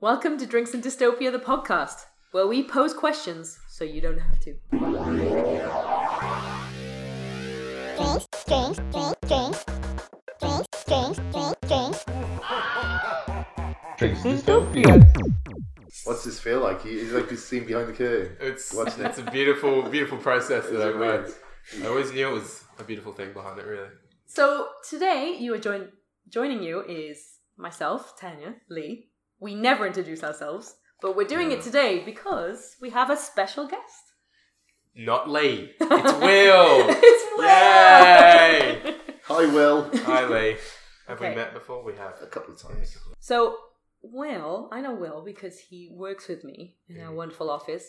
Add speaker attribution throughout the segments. Speaker 1: Welcome to Drinks and Dystopia, the podcast, where we pose questions so you don't have to.
Speaker 2: drinks, drinks, drinks, drinks, drinks, drinks, drinks, drinks.
Speaker 3: Drinks
Speaker 4: What's this feel like? He, he's like this scene behind the curtain.
Speaker 3: It's
Speaker 4: What's
Speaker 3: it's
Speaker 4: next?
Speaker 3: a beautiful beautiful process that
Speaker 4: Is
Speaker 3: I
Speaker 4: it
Speaker 3: went.
Speaker 4: weird?
Speaker 3: I always knew it was a beautiful thing behind it. Really,
Speaker 1: So today, you are join- joining you is myself, Tanya, Lee. We never introduce ourselves, but we're doing it today because we have a special guest.
Speaker 3: not Lee. It's Will.
Speaker 1: it's Will.
Speaker 3: Yay!
Speaker 4: Hi, Will.
Speaker 3: Hi Lee. Have
Speaker 1: Okay.
Speaker 3: we met before? We have.
Speaker 4: A couple of times.
Speaker 1: so Will, I know Will because he works with me in our wonderful office.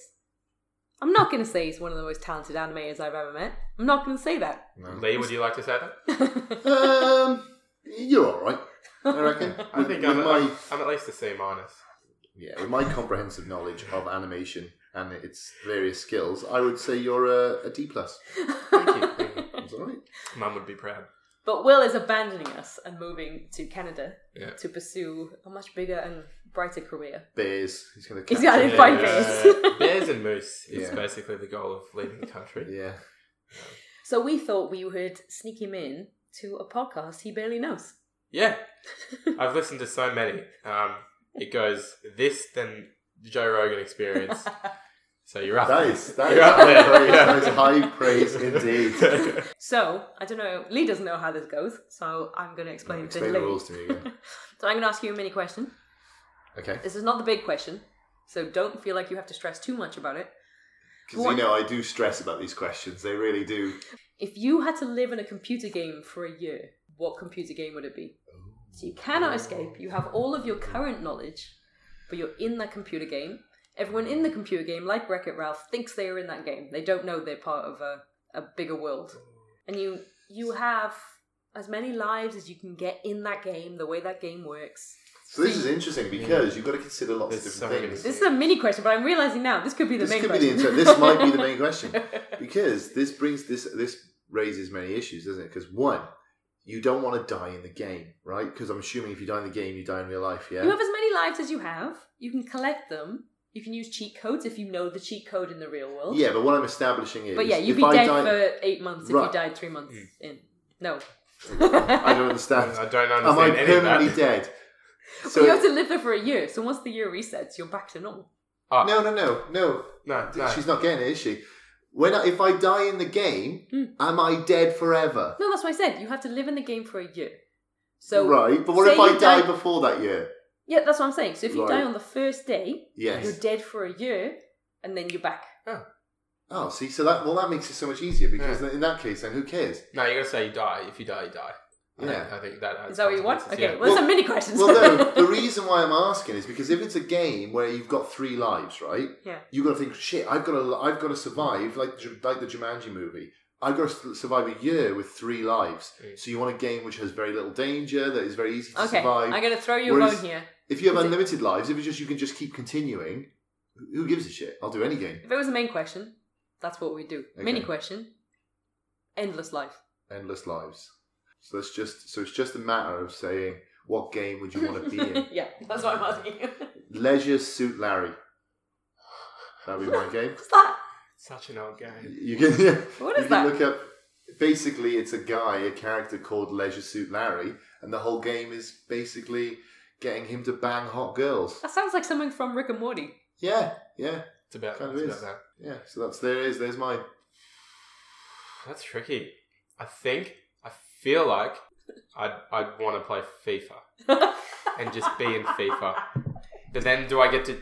Speaker 1: I'm not going to say he's one of the most talented animators I've ever met. I'm not going to say that.
Speaker 3: Lee, would you like to say that?
Speaker 4: Um, you're all right. I reckon.
Speaker 3: I think
Speaker 4: with
Speaker 3: I'm,
Speaker 4: my
Speaker 3: I'm, I'm at least a C minus.
Speaker 4: yeah, with my comprehensive knowledge of animation and its various skills, I would say you're a, a D plus.
Speaker 3: Thank you. Thank you.
Speaker 4: It's all right.
Speaker 3: Mum would be proud.
Speaker 1: But Will is abandoning us and moving to Canada
Speaker 3: Yeah.
Speaker 1: to pursue a much bigger and brighter career.
Speaker 4: Bears. He's gonna.
Speaker 1: He's
Speaker 4: catch
Speaker 1: got
Speaker 4: a
Speaker 1: it by
Speaker 4: bear.
Speaker 1: bears.
Speaker 3: Bears and moose is
Speaker 4: Yeah.
Speaker 3: basically the goal of leaving the country.
Speaker 4: Yeah.
Speaker 1: So we thought we would sneak him in to a podcast he barely knows.
Speaker 3: Yeah. I've listened to so many. Um, it goes this, then Joe Rogan experience. So you're up.
Speaker 4: That is that is
Speaker 3: You're up there.
Speaker 4: high praise. That is high praise indeed.
Speaker 1: So I don't know. Lee doesn't know how this goes, so I'm going to explain,
Speaker 4: Explain
Speaker 1: to
Speaker 4: the
Speaker 1: Lee.
Speaker 4: rules to me again.
Speaker 1: So I'm going to ask you a mini question.
Speaker 4: Okay.
Speaker 1: This is not the big question, so don't feel like you have to stress too much about it.
Speaker 4: Because you
Speaker 1: What-
Speaker 4: know I do stress about these questions. They really do.
Speaker 1: If you had to live in a computer game for a year, what computer game would it be? So you cannot escape. You have all of your current knowledge, but you're in that computer game. Everyone in the computer game, like Wreck It Ralph, thinks they are in that game. They don't know they're part of a, a bigger world. And you you have as many lives as you can get in that game, the way that game works.
Speaker 4: So this is interesting because you've got to consider lots
Speaker 3: There's
Speaker 4: of
Speaker 3: so many
Speaker 4: different things.
Speaker 3: things.
Speaker 1: This is a mini question, but I'm realizing now this could be the
Speaker 4: This
Speaker 1: main
Speaker 4: could
Speaker 1: question.
Speaker 4: be the inter- this might be the main question because this brings this this raises many issues, doesn't it? Because one, you don't want to die in the game, right? Because I'm assuming if you die in the game, you die in real life. Yeah.
Speaker 1: You have as many lives as you have. You can collect them. You can use cheat codes if you know the cheat code in the real world.
Speaker 4: yeah, but what I'm establishing is,
Speaker 1: But yeah, you'd
Speaker 4: if
Speaker 1: be
Speaker 4: I
Speaker 1: dead
Speaker 4: die,
Speaker 1: for eight months if you
Speaker 4: Right.
Speaker 1: died three months in. No.
Speaker 4: I don't understand.
Speaker 3: I don't
Speaker 4: Am I
Speaker 3: understand any of
Speaker 4: permanently
Speaker 3: that.
Speaker 4: dead?
Speaker 1: So you have
Speaker 4: So
Speaker 1: to live there for a year. So once the year resets, you're back to normal.
Speaker 3: Oh,
Speaker 4: no, no, no, no.
Speaker 3: no, no.
Speaker 4: She's not getting it, is she? When I, if I die in the game,
Speaker 1: Hmm.
Speaker 4: am I dead forever?
Speaker 1: No, that's what I said. You have to live in the game for a year. So
Speaker 4: right, but what
Speaker 1: say
Speaker 4: if I
Speaker 1: you
Speaker 4: die,
Speaker 1: die-
Speaker 4: before that year?
Speaker 1: yeah, that's what I'm saying. So if you
Speaker 4: Right.
Speaker 1: die on the first day,
Speaker 4: Yes.
Speaker 1: you're dead for a year, and then you're back.
Speaker 4: Oh, see, so that well, that makes it so much easier because in that case, then who cares?
Speaker 3: No, you gotta say you die. If you die, you die. I
Speaker 4: Yeah.
Speaker 3: think, I think that. adds
Speaker 1: Is that what you want? Okay,
Speaker 3: consequences, yeah.
Speaker 1: well, it's a
Speaker 4: Well-
Speaker 1: mini question.
Speaker 4: Well, no, the reason why I'm asking is because if it's a game where you've got three lives, right?
Speaker 1: yeah.
Speaker 4: You've got to think, shit, I've got to, I've got to survive, like Ju- like the Jumanji movie. I've got to s- survive a year with three lives.
Speaker 3: Mm.
Speaker 4: So you want a game which has very little danger, that is very easy to
Speaker 1: Okay,
Speaker 4: survive.
Speaker 1: I'm gonna throw you a
Speaker 4: Whereas-
Speaker 1: bone here.
Speaker 4: If you have unlimited lives, if it's just you can just keep continuing, who gives a shit? I'll do any game.
Speaker 1: If it was a main question, that's what we do. Mini
Speaker 4: Okay.
Speaker 1: question, endless life.
Speaker 4: Endless lives. So that's just so it's just a matter of saying what game would you want to be in.
Speaker 1: yeah, that's what I'm asking you.
Speaker 4: Leisure Suit Larry. That'd be my game.
Speaker 1: What's that?
Speaker 3: Such an old game.
Speaker 4: You can, yeah,
Speaker 1: What is
Speaker 4: you can
Speaker 1: that?
Speaker 4: look up. Basically, it's a guy, a character called Leisure Suit Larry, and the whole game is basically getting him to bang hot girls.
Speaker 1: That sounds like something from Rick and Morty.
Speaker 4: Yeah, yeah,
Speaker 3: It's about,
Speaker 4: Kind of
Speaker 3: it's
Speaker 4: is.
Speaker 3: about that.
Speaker 4: yeah. So that's there is there's mine.
Speaker 3: That's tricky. I think I feel like I'd I'd want to play FIFA and just be in FIFA. But then, do I get to?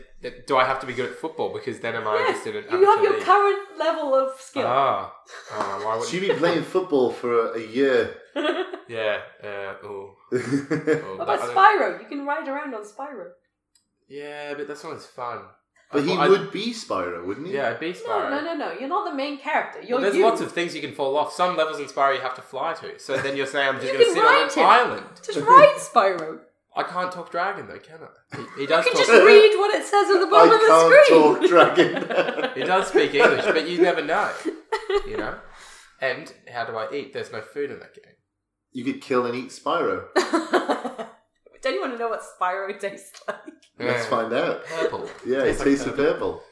Speaker 3: Do I have to be good at football? Because then, am I
Speaker 1: Yes,
Speaker 3: just in an
Speaker 1: you have
Speaker 3: amateur
Speaker 1: your
Speaker 3: league?
Speaker 1: current level of skill.
Speaker 3: Ah, ah, why would
Speaker 4: So you've been playing football for a, a year.
Speaker 3: Yeah. Uh, ooh,
Speaker 4: but
Speaker 3: ooh,
Speaker 1: What about
Speaker 3: I don't-
Speaker 1: Spyro? You can ride around on Spyro.
Speaker 3: Yeah, but that's not as fun.
Speaker 4: he
Speaker 3: I- I-
Speaker 4: would be Spyro, wouldn't he?
Speaker 3: Yeah, I'd be Spyro.
Speaker 1: No, no, no, no. You're not the main character. You're
Speaker 3: Well, there's
Speaker 1: you.
Speaker 3: lots of things you can fall off. Some levels in Spyro you have to fly to. So then you're saying I'm
Speaker 1: You
Speaker 3: just going to
Speaker 1: can
Speaker 3: sit on an
Speaker 1: ride him.
Speaker 3: island.
Speaker 1: Just ride Spyro.
Speaker 3: I can't talk dragon though, can I? He, he does
Speaker 1: You can
Speaker 3: talk.
Speaker 1: just read what it says at the
Speaker 4: I
Speaker 1: bottom of the
Speaker 4: can't
Speaker 1: screen.
Speaker 4: talk dragon.
Speaker 3: He does speak English, but you never know. You know. And how do I eat? There's no food in that game.
Speaker 4: you could kill and eat Spyro.
Speaker 1: Don't you want to know what Spyro tastes like?
Speaker 4: Let's
Speaker 3: Yeah.
Speaker 4: find out.
Speaker 3: Purple.
Speaker 4: Yeah, it
Speaker 3: Tastes like
Speaker 4: tastes of purple,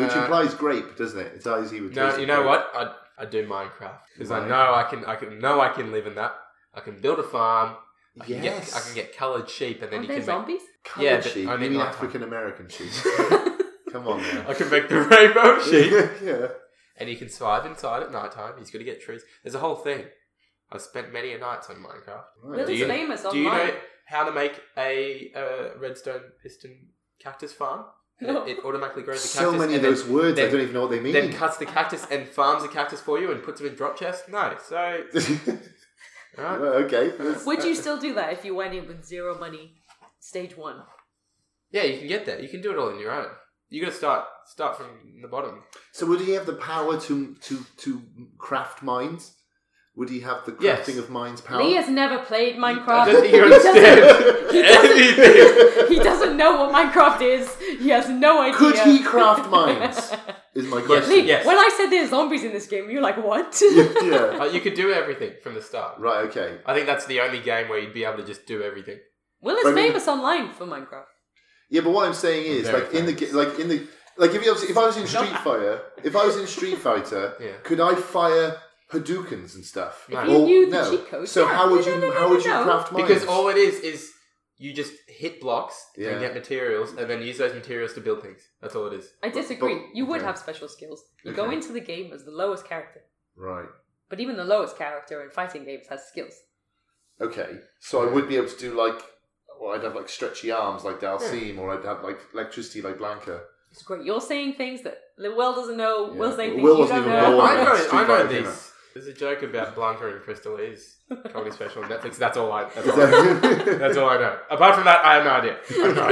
Speaker 4: which
Speaker 3: Uh,
Speaker 4: implies grape, doesn't it? It's easy with
Speaker 3: No, you know what? I'd, I'd do Minecraft because I
Speaker 4: Right.
Speaker 3: know I can. I can know I can live in that. I can build a farm. I can
Speaker 4: Yes,
Speaker 3: get I can get coloured sheep, and then
Speaker 1: Aren't
Speaker 3: you
Speaker 1: there
Speaker 3: can make
Speaker 1: zombies?
Speaker 4: Coloured
Speaker 3: Yeah, but
Speaker 4: sheep.
Speaker 3: only
Speaker 4: you mean
Speaker 3: nighttime.
Speaker 4: African American sheep? Come on, man.
Speaker 3: I can make the rainbow sheep,
Speaker 4: yeah.
Speaker 3: and you can survive inside at night time. He's got to get trees. There's a whole thing. I've spent many a nights on Minecraft.
Speaker 4: Right.
Speaker 1: Will is
Speaker 3: you-
Speaker 1: famous
Speaker 3: Do you
Speaker 1: online.
Speaker 3: know how to make a uh, redstone piston cactus farm?
Speaker 1: No.
Speaker 3: It, it automatically grows the
Speaker 4: so
Speaker 3: cactus.
Speaker 4: many
Speaker 3: and
Speaker 4: of those words, I
Speaker 3: then-
Speaker 4: don't even know what they mean.
Speaker 3: then, then cuts the cactus and farms the cactus for you and puts them in drop chests. No, so
Speaker 4: Well,
Speaker 3: right.
Speaker 4: okay. that's-
Speaker 1: Would you still do that if you went in with zero money, stage one?
Speaker 3: Yeah, you can get there. You can do it all on your own. You got to start start from the bottom.
Speaker 4: So would he have the power to to to craft mines? Would he have the crafting
Speaker 3: Yes.
Speaker 4: of mines power?
Speaker 1: Lee has never played
Speaker 3: I
Speaker 1: Minecraft.
Speaker 3: don't think you
Speaker 1: He doesn't-
Speaker 3: understand
Speaker 1: He doesn't,
Speaker 3: anything.
Speaker 1: he doesn't know what Minecraft is. He has no idea.
Speaker 4: Could he craft mines? Is my
Speaker 1: Lee,
Speaker 4: question.
Speaker 3: Yes.
Speaker 1: when I said there's zombies in this game, you're like, what?
Speaker 4: yeah.
Speaker 3: Uh, you could do everything from the start.
Speaker 4: Right. Okay.
Speaker 3: I think that's the only game where you'd be able to just do everything.
Speaker 1: Will
Speaker 4: But
Speaker 1: is
Speaker 4: I mean-
Speaker 1: famous online for Minecraft.
Speaker 4: Yeah, but what I'm saying is,
Speaker 3: Very
Speaker 4: like in the ga- like in the like if, you was, if I was in Street Fighter, if I was in Street Fighter,
Speaker 3: Yeah.
Speaker 4: could I fire Hadoukens and stuff?
Speaker 3: If
Speaker 1: you
Speaker 4: Or-
Speaker 1: knew the cheat code,
Speaker 4: So
Speaker 1: yeah.
Speaker 4: how would
Speaker 1: No,
Speaker 4: you
Speaker 1: no, no,
Speaker 4: how
Speaker 1: no,
Speaker 4: would you
Speaker 1: no.
Speaker 4: craft mines?
Speaker 3: Because all it is is you just hit blocks
Speaker 4: Yeah.
Speaker 3: and get materials and then use those materials to build things. That's all it is.
Speaker 1: I disagree.
Speaker 4: but-
Speaker 1: you would
Speaker 4: okay.
Speaker 1: have special skills. You go
Speaker 4: Okay.
Speaker 1: into the game as the lowest character.
Speaker 4: right.
Speaker 1: But even the lowest character in fighting games has skills.
Speaker 4: Okay. So I would be able to do like, or I'd have like stretchy arms like Dalsim, or I'd have like electricity like Blanca.
Speaker 1: It's great. You're saying things that Will doesn't know.
Speaker 4: Yeah.
Speaker 1: Will's saying things
Speaker 4: Will
Speaker 1: you
Speaker 4: wasn't
Speaker 1: don't
Speaker 4: even
Speaker 1: know.
Speaker 4: born.
Speaker 3: I know,
Speaker 4: Street
Speaker 3: I know
Speaker 4: Fighter, yeah.
Speaker 3: these. There's a joke about Blanca and Crystal is comedy special on Netflix. That's all I. That's all I,
Speaker 4: okay.
Speaker 3: that's all I know. Apart from that, I have no idea. I have no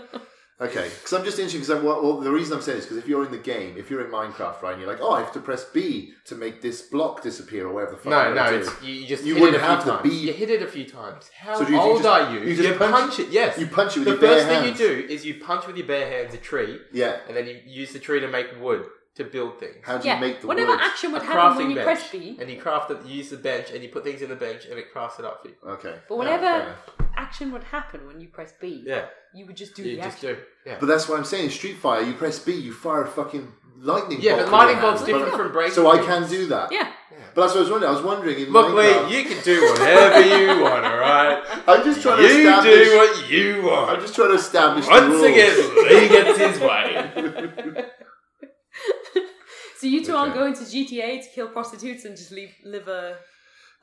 Speaker 3: idea.
Speaker 4: Because I'm just interested. Because well, well, the reason I'm saying this because if you're in the game, if you're in Minecraft, right, and you're like, oh, I have to press B to make this block disappear or whatever the fuck.
Speaker 3: No,
Speaker 4: I'm
Speaker 3: no,
Speaker 4: gonna do.
Speaker 3: it's, you, you just
Speaker 4: You
Speaker 3: hit
Speaker 4: wouldn't
Speaker 3: it a
Speaker 4: have
Speaker 3: few
Speaker 4: to
Speaker 3: times.
Speaker 4: be-
Speaker 3: You hit it a few times. How
Speaker 4: So do you- you
Speaker 3: old
Speaker 4: just-
Speaker 3: are you?
Speaker 4: you just punch-
Speaker 3: punch, it. Yes.
Speaker 4: You punch it with
Speaker 3: the
Speaker 4: your bare
Speaker 3: first
Speaker 4: hands.
Speaker 3: thing you do is you punch with your bare hands a tree,
Speaker 4: Yeah.
Speaker 3: and then you use the tree to make wood to build things.
Speaker 4: How do
Speaker 1: yeah.
Speaker 4: you make the
Speaker 1: Whatever
Speaker 4: wood?
Speaker 1: action
Speaker 3: a
Speaker 1: would happen when
Speaker 3: crafting
Speaker 1: you
Speaker 3: bench,
Speaker 1: press B,
Speaker 3: and you craft the, you use the bench, and you put things in the bench, and it crafts it up for you.
Speaker 4: Okay.
Speaker 1: But
Speaker 4: Yeah,
Speaker 1: whenever
Speaker 4: fair enough.
Speaker 1: action would happen when you press B,
Speaker 3: Yeah,
Speaker 1: you would just do
Speaker 3: you
Speaker 1: the
Speaker 3: just
Speaker 1: action.
Speaker 3: do. Yeah,
Speaker 4: But that's what I'm saying. Street Fighter, you press B, you fire a fucking lightning
Speaker 3: yeah,
Speaker 4: bolt. with
Speaker 3: but
Speaker 4: your
Speaker 3: lightning
Speaker 4: hands,
Speaker 3: bolt's different
Speaker 4: but-
Speaker 3: from breaking.
Speaker 4: So I
Speaker 3: things.
Speaker 4: can do that.
Speaker 1: Yeah.
Speaker 4: But that's what I was wondering. I was wondering in
Speaker 3: Look,
Speaker 4: Minecraft.
Speaker 3: Lee, you can do whatever you want. All right,
Speaker 4: I'm just trying to
Speaker 3: you
Speaker 4: establish.
Speaker 3: do what you
Speaker 4: I'm
Speaker 3: want.
Speaker 4: just trying to establish the
Speaker 3: Once
Speaker 4: rules.
Speaker 3: again, Lee gets his way.
Speaker 1: So you two aren't
Speaker 4: Okay.
Speaker 1: going to GTA to kill prostitutes and just leave live a,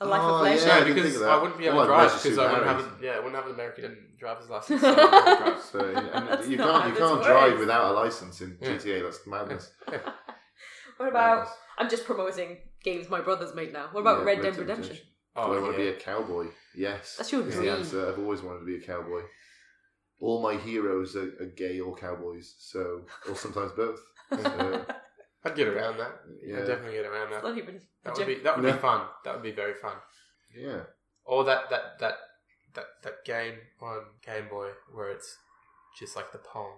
Speaker 1: a life
Speaker 4: Oh,
Speaker 1: of pleasure.
Speaker 4: Yeah, I
Speaker 3: No,
Speaker 4: didn't think
Speaker 3: because
Speaker 4: of that.
Speaker 3: I wouldn't be able
Speaker 4: Well,
Speaker 3: to
Speaker 4: I'd
Speaker 3: drive
Speaker 4: register
Speaker 3: because I wouldn't
Speaker 4: married.
Speaker 3: have a, yeah, I wouldn't have an American driver's license. So I wouldn't drive.
Speaker 4: So and
Speaker 1: That's
Speaker 4: you
Speaker 1: not
Speaker 4: can't
Speaker 1: how this
Speaker 4: you can't drive
Speaker 1: works.
Speaker 4: without a license in
Speaker 3: Yeah.
Speaker 4: GTA. That's madness.
Speaker 1: What about?
Speaker 4: Madness.
Speaker 1: I'm just promoting games my brothers made now. What about
Speaker 4: Yeah,
Speaker 1: Red Dead Redemption?
Speaker 4: Do I
Speaker 3: oh,
Speaker 4: want to
Speaker 3: yeah.
Speaker 4: be a cowboy? Yes,
Speaker 1: That's your
Speaker 4: is
Speaker 1: dream.
Speaker 4: the answer. I've always wanted to be a cowboy. All my heroes are, are gay or cowboys, so or sometimes both. So,
Speaker 3: I'd get around that.
Speaker 4: Yeah.
Speaker 3: I'd definitely get around
Speaker 1: It's
Speaker 3: that.
Speaker 1: not even.
Speaker 3: That would be that would
Speaker 4: No.
Speaker 3: be fun. That would be very fun.
Speaker 4: yeah,
Speaker 3: Or that that that that that game on Game Boy where it's just like the pong.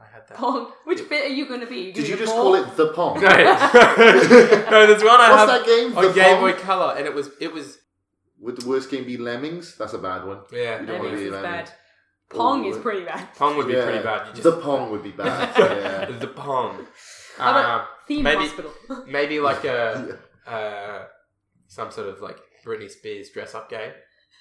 Speaker 3: I had that.
Speaker 1: Pong. Which bit are you going to be?
Speaker 4: Did
Speaker 1: gonna
Speaker 4: you
Speaker 1: be
Speaker 4: just
Speaker 1: ball?
Speaker 4: call it the pong?
Speaker 3: No, no, there's one I
Speaker 4: What's that
Speaker 3: have
Speaker 4: game?
Speaker 3: on
Speaker 4: The
Speaker 3: Game
Speaker 4: pong?
Speaker 3: Boy Color, and it was it was
Speaker 4: Would the worst game be Lemmings? That's a bad one.
Speaker 3: yeah.
Speaker 4: You
Speaker 1: Lemmings
Speaker 4: don't wanna be
Speaker 1: is
Speaker 4: Lemmings.
Speaker 1: bad. Pong
Speaker 4: Or-
Speaker 1: is pretty bad.
Speaker 3: Pong would be
Speaker 4: Yeah.
Speaker 3: pretty bad. You just
Speaker 4: The pong would be bad. yeah.
Speaker 3: the pong.
Speaker 1: How
Speaker 3: Um,
Speaker 1: about Theme
Speaker 3: maybe-
Speaker 1: hospital.
Speaker 3: maybe like a.
Speaker 4: Yeah.
Speaker 3: uh, some sort of like Britney Spears dress up game,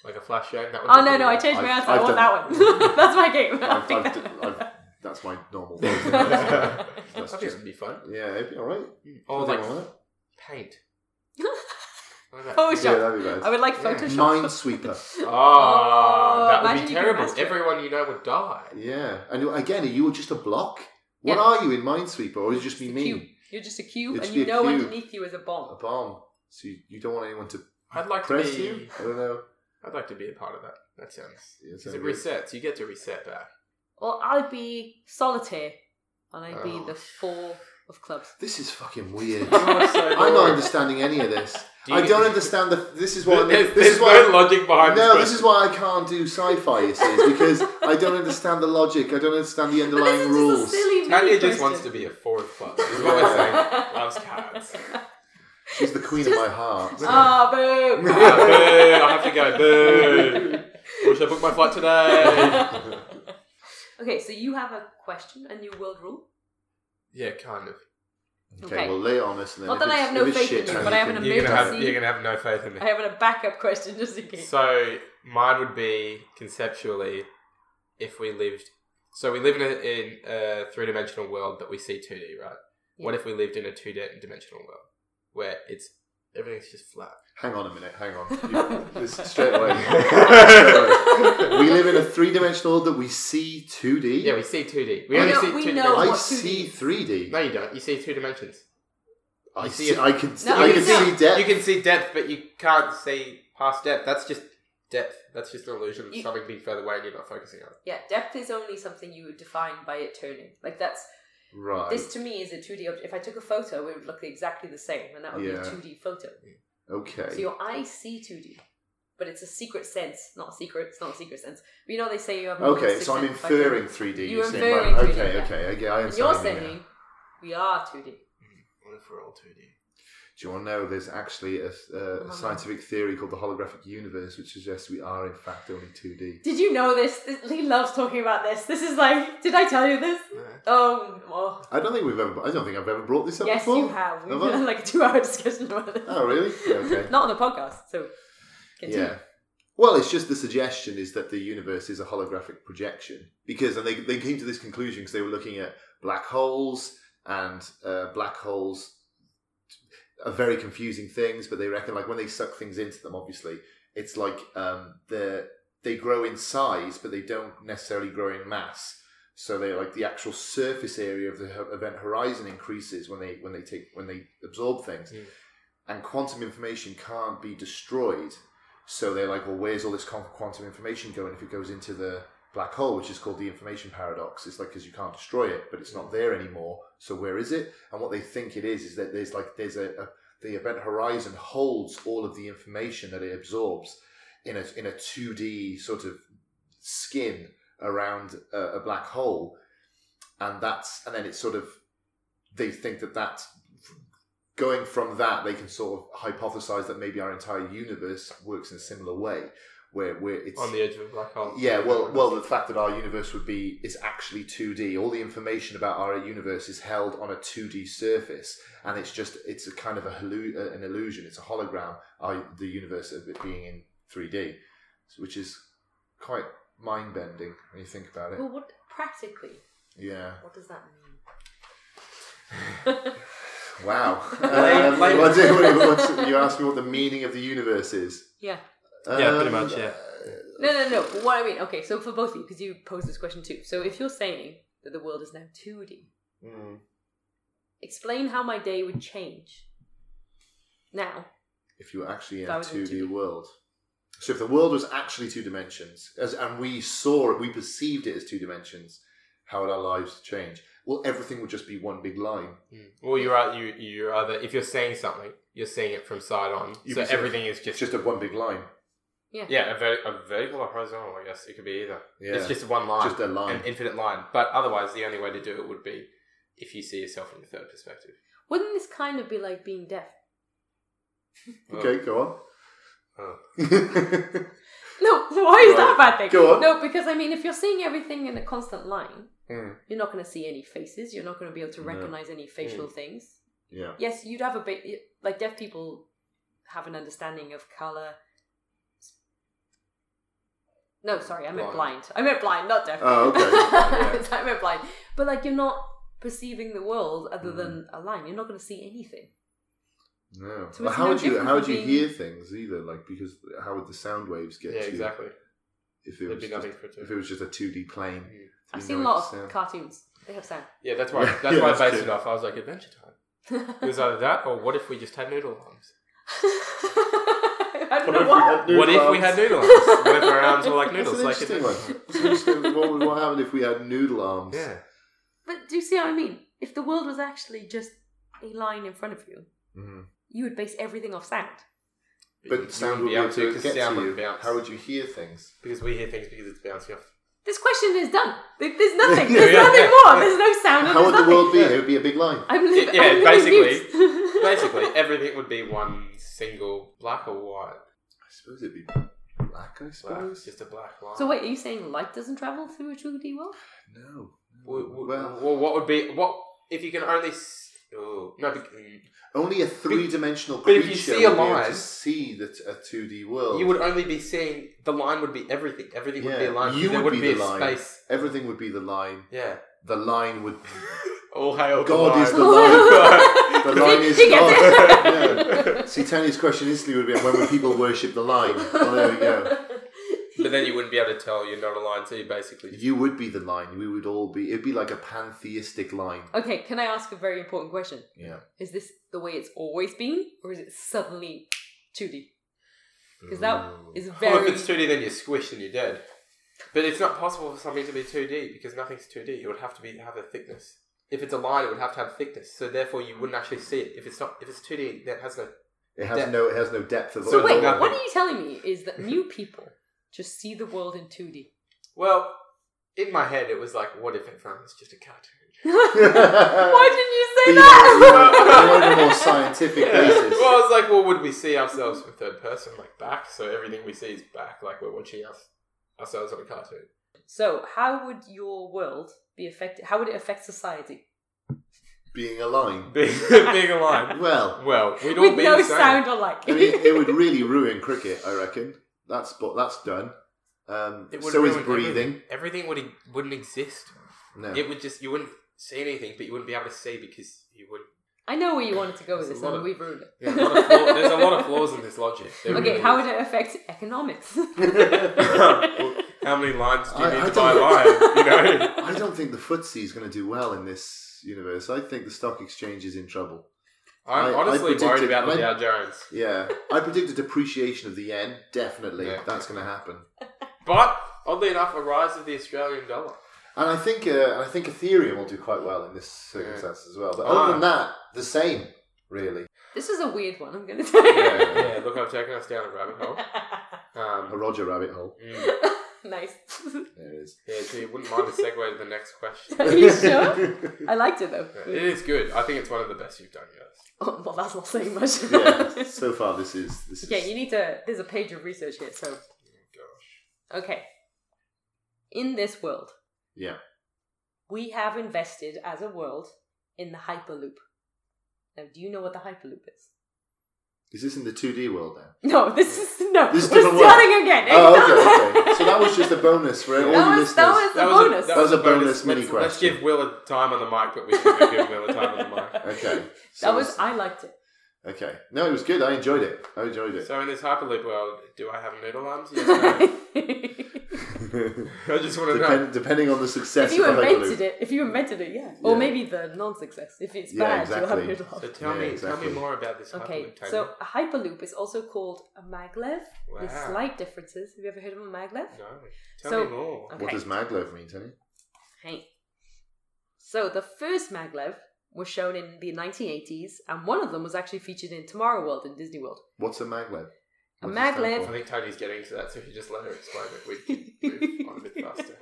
Speaker 3: like a flash game. That would
Speaker 1: oh
Speaker 3: be
Speaker 1: no
Speaker 3: pretty
Speaker 1: no! I
Speaker 3: good.
Speaker 1: changed my
Speaker 4: I've-
Speaker 1: answer. I
Speaker 4: I've
Speaker 1: want that
Speaker 4: done-
Speaker 1: one. That's my game. I'll
Speaker 4: I've,
Speaker 1: pick
Speaker 4: I've,
Speaker 1: that.
Speaker 4: I've, that's my normal.
Speaker 3: I
Speaker 4: That's
Speaker 3: think
Speaker 4: just
Speaker 3: it'd be fun.
Speaker 4: yeah. It'd be all right.
Speaker 3: Or
Speaker 4: Nothing
Speaker 3: like
Speaker 4: wrong with it.
Speaker 3: paint. What about-
Speaker 1: Photoshop.
Speaker 4: yeah, that'd be bad.
Speaker 1: I would like
Speaker 3: Yeah.
Speaker 1: Photoshop.
Speaker 4: Minesweeper.
Speaker 3: Oh,
Speaker 1: Oh,
Speaker 3: that would
Speaker 1: imagine
Speaker 3: be
Speaker 1: you could
Speaker 3: terrible.
Speaker 1: master it.
Speaker 3: Everyone you know would die.
Speaker 4: Yeah, and you- again, are you just a block? What
Speaker 1: Yeah.
Speaker 4: are you in Minesweeper, or is it just be
Speaker 1: It's a
Speaker 4: me?
Speaker 1: cube. You're just a cube,
Speaker 4: It'd
Speaker 1: and
Speaker 4: be
Speaker 1: you
Speaker 4: a
Speaker 1: know
Speaker 4: cube.
Speaker 1: underneath you is a
Speaker 4: A
Speaker 1: bomb.
Speaker 4: bomb. So you, you don't want anyone to
Speaker 3: I'd like to
Speaker 4: press
Speaker 3: be.
Speaker 4: you. I don't know.
Speaker 3: I'd like to be a part of that. That sounds.
Speaker 4: Yeah,
Speaker 3: Because
Speaker 4: sounds
Speaker 3: it
Speaker 4: good.
Speaker 3: resets. You get to reset that.
Speaker 1: Or I'd be solitaire, and I'd
Speaker 3: Oh.
Speaker 1: be the four of clubs.
Speaker 4: This is fucking weird.
Speaker 3: Oh, so
Speaker 4: I'm not
Speaker 3: boring.
Speaker 4: understanding any of this.
Speaker 3: Do you-
Speaker 4: I don't understand the. This is why.
Speaker 3: There's,
Speaker 4: this
Speaker 3: there's
Speaker 4: is
Speaker 3: no
Speaker 4: why.
Speaker 3: logic behind this.
Speaker 4: No, this
Speaker 3: question.
Speaker 4: is why I can't do sci-fi. You see, is because I don't understand the logic. I don't understand the
Speaker 1: But this
Speaker 4: underlying
Speaker 1: is
Speaker 4: rules.
Speaker 1: just a silly
Speaker 3: Tanya
Speaker 1: mini
Speaker 3: just
Speaker 1: question.
Speaker 3: wants to be a four of clubs. Is what we're saying. Loves cards.
Speaker 4: She's the queen of my heart.
Speaker 1: Ah, boo!
Speaker 3: Ah, boo! I have to go. Boo! Wish I booked my flight today.
Speaker 1: Okay, so you have a question, a new world rule.
Speaker 3: Yeah, kind of.
Speaker 4: Okay,
Speaker 1: Okay.
Speaker 4: well, lay it on us. And then
Speaker 1: Not
Speaker 4: if
Speaker 1: that I
Speaker 4: it's-
Speaker 1: have no
Speaker 4: if it's
Speaker 1: faith
Speaker 4: shit,
Speaker 1: in you,
Speaker 4: then
Speaker 1: but
Speaker 4: we
Speaker 1: I have
Speaker 4: can-
Speaker 1: an
Speaker 3: You're gonna have
Speaker 1: Emergency.
Speaker 3: you're gonna have no faith in me.
Speaker 1: I have a backup question just in case.
Speaker 3: So mine would be conceptually, if we lived, so we live in a, in a three dimensional world that we see two D, right? What
Speaker 1: Yeah.
Speaker 3: if we lived in a two dimensional world where it's everything's just flat?
Speaker 4: Hang on a minute. Hang on. You- this, straight away. Straight away. we live in a three-dimensional world that we see two D.
Speaker 3: Yeah, we see two D.
Speaker 1: We
Speaker 3: We only
Speaker 1: know-
Speaker 3: see
Speaker 1: we
Speaker 3: two
Speaker 1: know
Speaker 4: I
Speaker 1: what
Speaker 3: dimensions.
Speaker 4: see
Speaker 1: 2D.
Speaker 4: three D.
Speaker 3: No, you don't. You see two dimensions.
Speaker 4: I
Speaker 3: you see
Speaker 4: see.
Speaker 3: it.
Speaker 4: I can.
Speaker 1: No,
Speaker 4: I
Speaker 1: you
Speaker 4: can
Speaker 1: can
Speaker 4: see depth.
Speaker 3: You can see depth, but you can't see past depth. That's just depth. That's just an illusion. that
Speaker 1: You-
Speaker 3: Something being further away, and you're not focusing on. it.
Speaker 1: yeah, depth is only something you would define by it turning. Like that's
Speaker 4: Right.
Speaker 1: this to me is a two D object. If I took a photo, it would look exactly the same, and that would be
Speaker 4: Yeah.
Speaker 1: a two D photo.
Speaker 4: okay.
Speaker 1: So your eyes see two D, but it's a secret sense, not secret. It's not a secret sense. But you know they say you have. a
Speaker 4: okay.
Speaker 1: sixth
Speaker 4: So I'm
Speaker 1: sense by hearing.
Speaker 4: inferring three D.
Speaker 1: You're
Speaker 4: saying,
Speaker 1: inferring
Speaker 4: right,
Speaker 1: 3D,
Speaker 4: Okay.
Speaker 1: yeah.
Speaker 4: Okay. Okay. I
Speaker 1: And
Speaker 4: understand.
Speaker 1: you're
Speaker 4: what you mean
Speaker 1: saying we are two D.
Speaker 3: What if we're all two D?
Speaker 4: Do you want to know there's actually a, a
Speaker 1: Uh-huh.
Speaker 4: scientific theory called the holographic universe, which suggests we are in fact only 2D.
Speaker 1: Did you know this? This- Lee loves talking about this. This is like, did I tell you this? Oh, oh.
Speaker 4: I don't think we've ever. I don't think I've ever brought this up
Speaker 1: yes,
Speaker 4: before.
Speaker 1: you have. We've
Speaker 4: Have I?
Speaker 1: had like a two-hour discussion about this.
Speaker 4: Oh, really? Yeah, Okay.
Speaker 1: Not on the podcast, so continue.
Speaker 4: yeah. Well, it's just the suggestion is that the universe is a holographic projection because, and they they came to this conclusion because they were looking at black holes and uh, black holes are very confusing things, but they reckon like when they suck things into them, obviously it's like um, they they grow in size, but they don't necessarily grow in mass. So they like the actual surface area of the ho- event horizon increases when they when they take when they absorb things,
Speaker 3: Mm.
Speaker 4: and quantum information can't be destroyed. So they're like, well, where's all this con- quantum information going if it goes into the black hole, which is called the information paradox? It's like because you can't destroy it, but it's not there anymore. So where is it? And what they think it is is that there's like there's a, a the event horizon holds all of the information that it absorbs in a in a two D sort of skin around a, a black hole, and that's and then it's sort of they think that that's going from that they can sort of hypothesize that maybe our entire universe works in a similar way where where it's
Speaker 3: On the edge of a black hole.
Speaker 4: yeah, well, well, the fact that our universe would be is actually two D. All the information about our universe is held on a two D surface, and it's just it's a kind of a hallu- uh, an illusion. It's a hologram. Our, the universe of it being in three D, which is quite mind bending when you think about it.
Speaker 1: Well, what practically?
Speaker 4: Yeah.
Speaker 1: What does that mean?
Speaker 4: Wow.
Speaker 3: Blame-
Speaker 4: Um,
Speaker 3: blame-
Speaker 4: what do- what- what's- you asked me what the meaning of the universe is.
Speaker 1: yeah.
Speaker 3: Yeah, pretty
Speaker 4: Um,
Speaker 3: much, yeah.
Speaker 1: No, no, no. but What I mean, okay. So for both of you, because you posed this question too. So if you're saying that the world is now two D,
Speaker 4: mm.
Speaker 1: explain how my day would change. Now,
Speaker 4: if you were actually in
Speaker 1: If I
Speaker 4: a
Speaker 1: was in
Speaker 4: 2D
Speaker 1: 2D.
Speaker 4: world. So if the world was actually two dimensions, as and we saw it, we perceived it as two dimensions, how would our lives change? Well, everything would just be one big line.
Speaker 3: Mm. Well, you're right. You you're either if you're saying something, you're seeing it from side on,
Speaker 4: You
Speaker 3: so
Speaker 4: can see it.
Speaker 3: everything is
Speaker 4: It's
Speaker 3: just
Speaker 4: just a one big line.
Speaker 3: yeah, a, ver- a vertical or horizontal. I guess it could be either.
Speaker 4: Yeah.
Speaker 3: It's just one line,
Speaker 4: Just a line.
Speaker 3: an infinite line. But otherwise, the only way to do it would be if you see yourself in the third perspective.
Speaker 1: wouldn't this kind of be like being deaf?
Speaker 4: okay, go on.
Speaker 3: Oh.
Speaker 1: No, why is
Speaker 4: Right.
Speaker 1: that a bad thing?
Speaker 4: Go on.
Speaker 1: No, because I mean, if you're seeing everything in a constant line,
Speaker 4: Mm.
Speaker 1: you're not going to see any faces. You're not going to be able to
Speaker 4: No. Hmm.
Speaker 1: recognize any facial things.
Speaker 4: Yeah.
Speaker 1: Yes, you'd have a bit like deaf people have an understanding of color. No, sorry, I meant blind.
Speaker 3: Blind.
Speaker 1: I meant blind, not deaf.
Speaker 4: Oh, okay. Yeah.
Speaker 1: I meant blind. But like, you're not perceiving the world other
Speaker 4: Mm.
Speaker 1: than a line. You're not going to see anything.
Speaker 4: No.
Speaker 1: So
Speaker 4: well,
Speaker 1: it's
Speaker 4: how
Speaker 1: no
Speaker 4: would you
Speaker 1: different
Speaker 4: how
Speaker 1: from
Speaker 4: would you
Speaker 1: being-
Speaker 4: hear things either? Like because how would the sound waves
Speaker 3: Yeah,
Speaker 4: get to you
Speaker 3: exactly.
Speaker 4: if it
Speaker 3: There'd
Speaker 4: was
Speaker 3: be
Speaker 4: just,
Speaker 3: nothing for it to-
Speaker 4: if it was just a two D plane?
Speaker 3: Mm.
Speaker 1: I've
Speaker 4: You
Speaker 1: seen a
Speaker 4: know
Speaker 1: lot
Speaker 4: it's
Speaker 1: of
Speaker 4: sound.
Speaker 1: cartoons. They have sound.
Speaker 3: Yeah, that's why.
Speaker 4: Yeah,
Speaker 3: That's
Speaker 4: yeah,
Speaker 3: why
Speaker 4: that's
Speaker 3: I based
Speaker 4: true.
Speaker 3: it off. I was like, Adventure Time. It was either that or What if we just had noodle arms?
Speaker 1: I don't
Speaker 4: What
Speaker 1: know
Speaker 4: if
Speaker 1: what.
Speaker 4: we had noodle arms?
Speaker 3: what if we had noodle arms? what if our arms were like noodles?
Speaker 4: That's an
Speaker 3: like
Speaker 4: interesting one.
Speaker 3: Adventure Time?
Speaker 4: That's an interesting- what, would- what happened if we had noodle arms?
Speaker 3: Yeah.
Speaker 1: But do you see what I mean? If the world was actually just a line in front of you,
Speaker 4: Mhm.
Speaker 1: you would base everything off sound.
Speaker 4: But sound would be able to get to you.
Speaker 3: bounce.
Speaker 4: How would you hear things?
Speaker 3: Because we hear things because it's bouncing off.
Speaker 1: This question is done. There- There's nothing. There's
Speaker 3: Yeah.
Speaker 1: nothing more. There's no sound. and
Speaker 4: How would
Speaker 1: there's
Speaker 4: the world be?
Speaker 3: nothing.
Speaker 4: It would be a big line.
Speaker 1: nothing. I'm li-
Speaker 3: Yeah,
Speaker 1: I'm literally mute.
Speaker 3: Basically, everything would be one single black or white.
Speaker 4: I suppose it'd be. black, I
Speaker 3: Black,
Speaker 4: suppose.
Speaker 3: just a black line.
Speaker 1: So wait, are you saying light doesn't travel through a 2D world?
Speaker 4: No.
Speaker 3: W- w-
Speaker 4: Well-
Speaker 3: well, what would be what if you can only? S- oh, no, be-
Speaker 4: Only a three-dimensional
Speaker 3: but
Speaker 4: creature
Speaker 3: if you see a
Speaker 4: would be able
Speaker 3: line-
Speaker 4: to see that a two D world.
Speaker 3: you would only be seeing the line would be everything. Everything would be
Speaker 4: Oh. Yeah,
Speaker 3: a line.
Speaker 4: you
Speaker 3: there
Speaker 4: would
Speaker 3: would
Speaker 4: be
Speaker 3: be,
Speaker 4: the
Speaker 3: a
Speaker 4: line.
Speaker 3: space.
Speaker 4: Everything would be the line.
Speaker 3: Yeah.
Speaker 4: The line would.
Speaker 3: All hail the
Speaker 4: God
Speaker 3: line.
Speaker 4: is the line. The line is
Speaker 1: He gets
Speaker 4: God. Yeah. See, Tanya's question instantly would be, "When would people worship the line?" Well, Oh, there we go.
Speaker 3: But then you wouldn't be able to tell you're not a line, so you basically just
Speaker 4: You would be the line. We would all be. It'd be like a pantheistic line.
Speaker 1: Okay, can I ask a very important question?
Speaker 4: Yeah.
Speaker 1: Is this the way it's always been, or is it suddenly 2D? Because that
Speaker 4: Ooh.
Speaker 1: is
Speaker 3: Well,
Speaker 1: very.
Speaker 3: if it's 2D, then you're squished and you're dead. But it's not possible for something to be 2D because nothing's 2D. It would have to be have a thickness. If it's a line, it would have to have thickness. So therefore, you wouldn't actually see it. If it's not, if it's 2D, that has no.
Speaker 4: It has
Speaker 3: Depth.
Speaker 4: no. It has no depth of.
Speaker 3: So
Speaker 4: of-
Speaker 1: Wait,
Speaker 3: nothing.
Speaker 1: what are you telling me is that new people just see the world in 2D?
Speaker 3: Well, in my head, it was like, what if everyone's just a cartoon?
Speaker 1: Why didn't you say
Speaker 4: But you
Speaker 1: that?
Speaker 4: want- you want- you want a more scientific
Speaker 3: Yeah.
Speaker 4: basis.
Speaker 3: Well, I was like, well, would we see ourselves in third person, like back? So everything we see is back, like we're watching us, ourselves on a cartoon.
Speaker 1: So, how would your world be affected? How would it affect society?
Speaker 4: Being a line.
Speaker 3: Being, being a line.
Speaker 4: Well,
Speaker 3: Well, we'd all
Speaker 1: With
Speaker 3: be
Speaker 1: no
Speaker 3: the same.
Speaker 1: sound or like.
Speaker 4: I mean, it would really ruin cricket. I reckon that's but that's done. Um,
Speaker 3: It would
Speaker 4: so is
Speaker 3: ruin
Speaker 4: breathing.
Speaker 3: Everything, everything would, wouldn't exist.
Speaker 4: No.
Speaker 3: It would just you wouldn't see anything, but you wouldn't be able to see because you wouldn't.
Speaker 1: I know where you wanted to go with this,
Speaker 3: There's a lot
Speaker 1: and
Speaker 3: of-
Speaker 1: we've ruined it.
Speaker 3: There's a lot of, flaw, there's a lot of flaws in this logic. There
Speaker 1: Okay,
Speaker 3: really
Speaker 1: how
Speaker 3: is.
Speaker 1: would it affect economics?
Speaker 3: Well, how many lines do you
Speaker 4: I-
Speaker 3: need
Speaker 4: I
Speaker 3: to buy a
Speaker 4: don't-
Speaker 3: line? You know.
Speaker 4: I don't think the footsie E is going to do well in this universe. I think the stock exchange is in trouble. I-
Speaker 3: I'm
Speaker 4: I
Speaker 3: honestly worried
Speaker 4: predicted-
Speaker 3: about the
Speaker 4: I-
Speaker 3: Dow Jones,
Speaker 4: Yeah, I predicted depreciation of the yen. Definitely,
Speaker 3: Yeah.
Speaker 4: that's going to happen.
Speaker 3: but oddly enough, a rise of the Australian dollar.
Speaker 4: And I think uh, and I think Ethereum will do quite well in this circumstance as well. But other
Speaker 3: Ah.
Speaker 4: than that, the same really.
Speaker 1: this is a weird one, I'm going to tell you.
Speaker 4: Yeah.
Speaker 3: Yeah, look, I've taken us down a rabbit hole.
Speaker 4: A
Speaker 3: Um,
Speaker 4: Roger Rabbit hole.
Speaker 3: mm,
Speaker 1: nice.
Speaker 4: There it is.
Speaker 3: yeah, so you wouldn't mind a segue to the next question.
Speaker 1: Are you sure? I liked it though.
Speaker 3: It is good. I think it's one of the best you've done, guys.
Speaker 1: Oh, well, that's not saying much.
Speaker 4: yeah. So far, this is this is.
Speaker 1: yeah, you need to. There's a page of research here, so.
Speaker 3: Gosh.
Speaker 1: Okay. In this world,
Speaker 4: yeah.
Speaker 1: we have invested as a world in the Hyperloop. Now, do you know what the Hyperloop is?
Speaker 4: Is this in the two D world now?
Speaker 1: No, this is no.
Speaker 4: This is
Speaker 1: we're
Speaker 4: different world.
Speaker 1: starting again.
Speaker 4: Oh, okay, okay. So that was just a bonus for all
Speaker 1: That
Speaker 4: you
Speaker 1: was,
Speaker 4: listeners.
Speaker 1: that was the bonus.
Speaker 4: That was a bonus mini
Speaker 3: let's, Let's
Speaker 4: question.
Speaker 3: give Will a time on the mic, but we shouldn't give Will a time on the mic.
Speaker 4: Okay. So
Speaker 1: That was. I liked it.
Speaker 4: Okay. No, it was good. I enjoyed it. I enjoyed it.
Speaker 3: So in this hyperloop world, do I have noodle arms? Yes, no. I just want to know.
Speaker 4: Depend, depending on the success
Speaker 1: if you
Speaker 4: of the
Speaker 1: invented
Speaker 4: Hyperloop.
Speaker 1: it, if you invented it, yeah. Or
Speaker 4: Yeah.
Speaker 1: maybe the non-success. If it's
Speaker 4: Yeah,
Speaker 1: bad, you'll have
Speaker 4: exactly.
Speaker 1: your job.
Speaker 3: So tell
Speaker 4: Yeah,
Speaker 3: me,
Speaker 4: exactly.
Speaker 3: tell me more about this
Speaker 1: Okay,
Speaker 3: hyperloop. Tony.
Speaker 1: so a hyperloop is also called a maglev. There's
Speaker 3: Wow.
Speaker 1: slight differences. Have you ever heard of a maglev?
Speaker 3: no, tell
Speaker 1: so-
Speaker 3: me more.
Speaker 1: okay.
Speaker 4: What does maglev mean, Tony?
Speaker 1: Hey. So the first maglev was shown in the 1980s, and one of them was actually featured in Tomorrow World in Disney World.
Speaker 4: What's a maglev?
Speaker 1: A
Speaker 4: What does it stand
Speaker 1: maglev-
Speaker 3: I think Tony's getting to that, so if you just let her explain it, we can move on a bit faster.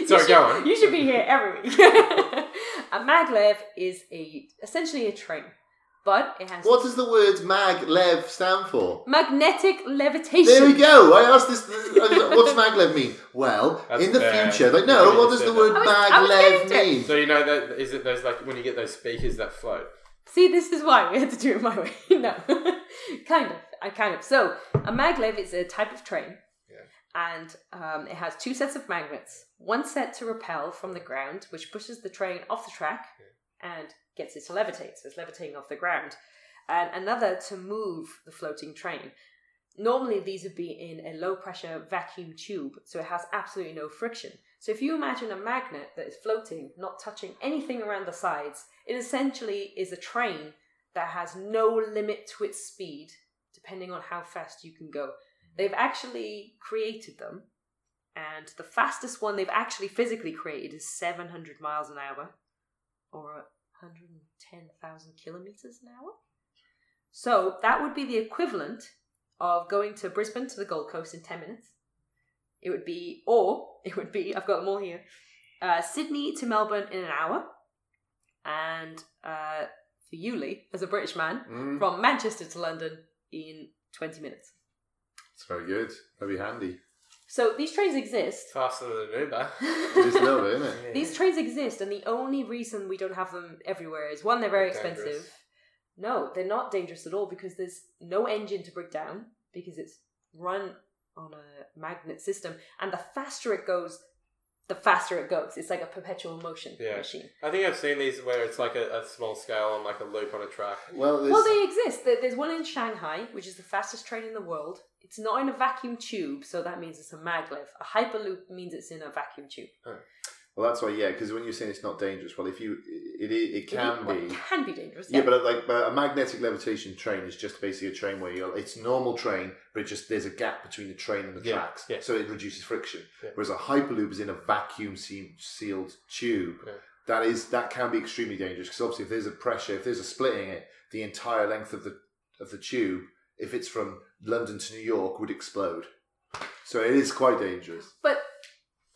Speaker 1: You
Speaker 3: Sorry,
Speaker 1: should-
Speaker 3: go on.
Speaker 1: You should be here every week. a maglev is a essentially a train, but it has
Speaker 4: for? What does the words maglev stand for?
Speaker 1: magnetic levitation.
Speaker 4: There we go. I asked this. I was like, What's maglev mean? Well,
Speaker 3: That's
Speaker 4: in the
Speaker 3: bad.
Speaker 4: future, like
Speaker 3: You
Speaker 4: no.
Speaker 3: really
Speaker 4: What does
Speaker 3: said
Speaker 4: the
Speaker 3: that.
Speaker 4: word
Speaker 1: I was- I was
Speaker 4: maglev
Speaker 1: getting to
Speaker 4: mean?
Speaker 3: So you know that is it those like when you get those speakers that float?
Speaker 1: See, this is why we had to do it my way. no, kind of. I kind of. So a maglev is a type of train,
Speaker 3: Yeah.
Speaker 1: and um, it has two sets of magnets. One set to repel from the ground, which pushes the train off the track and gets it to levitate. So it's levitating off the ground, and another to move the floating train. Normally, these would be in a low pressure vacuum tube, so it has absolutely no friction. So, if you imagine a magnet that is floating, not touching anything around the sides, it essentially is a train that has no limit to its speed, depending on how fast you can go. They've actually created them, and the fastest one they've actually physically created is 700 miles an hour, or 110,000 kilometers an hour. So, that would be the equivalent of going to Brisbane to the Gold Coast in 10 minutes. It would be, or it would be, I've got them all here, uh, Sydney to Melbourne in an hour. And uh, for you, Lee, as a British man,
Speaker 4: Mm.
Speaker 1: from Manchester to London in 20 minutes.
Speaker 4: It's very good. That'd be handy.
Speaker 1: So these trains exist.
Speaker 3: Faster than an Uber.
Speaker 4: It is low, isn't it?
Speaker 1: These trains exist, and the only reason we don't have them everywhere is one, they're very
Speaker 3: Dangerous.
Speaker 1: expensive. No, they're not dangerous at all because there's no engine to break down because it's run on a magnet system, and the faster it goes, the faster it goes. It's like a perpetual motion
Speaker 3: Yeah.
Speaker 1: machine.
Speaker 3: I think I've seen these where it's like a, a small scale on like a loop on a track.
Speaker 4: Well, there's,
Speaker 1: Well, they exist. There- There's one in Shanghai, which is the fastest train in the world. It's not in a vacuum tube, so that means it's a maglev. A hyperloop means it's in a vacuum tube.
Speaker 4: well, that's why, yeah, because when you're saying it's not dangerous, well, if you, it, it, it can
Speaker 1: Well,
Speaker 4: be.
Speaker 1: It can be dangerous.
Speaker 4: Yeah, but like but a magnetic levitation train is just basically a train where you're, it's a normal train, but it just there's a gap between the train and the
Speaker 3: Yeah,
Speaker 4: tracks,
Speaker 3: yeah.
Speaker 4: so it reduces friction.
Speaker 3: Yeah.
Speaker 4: Whereas a hyperloop is in a vacuum se- sealed tube.
Speaker 3: Yeah.
Speaker 4: That is that can be extremely dangerous because obviously if there's a pressure, if there's a splitting it, the entire length of the of the tube, if it's from London to New York, would explode. So it is quite dangerous.
Speaker 1: But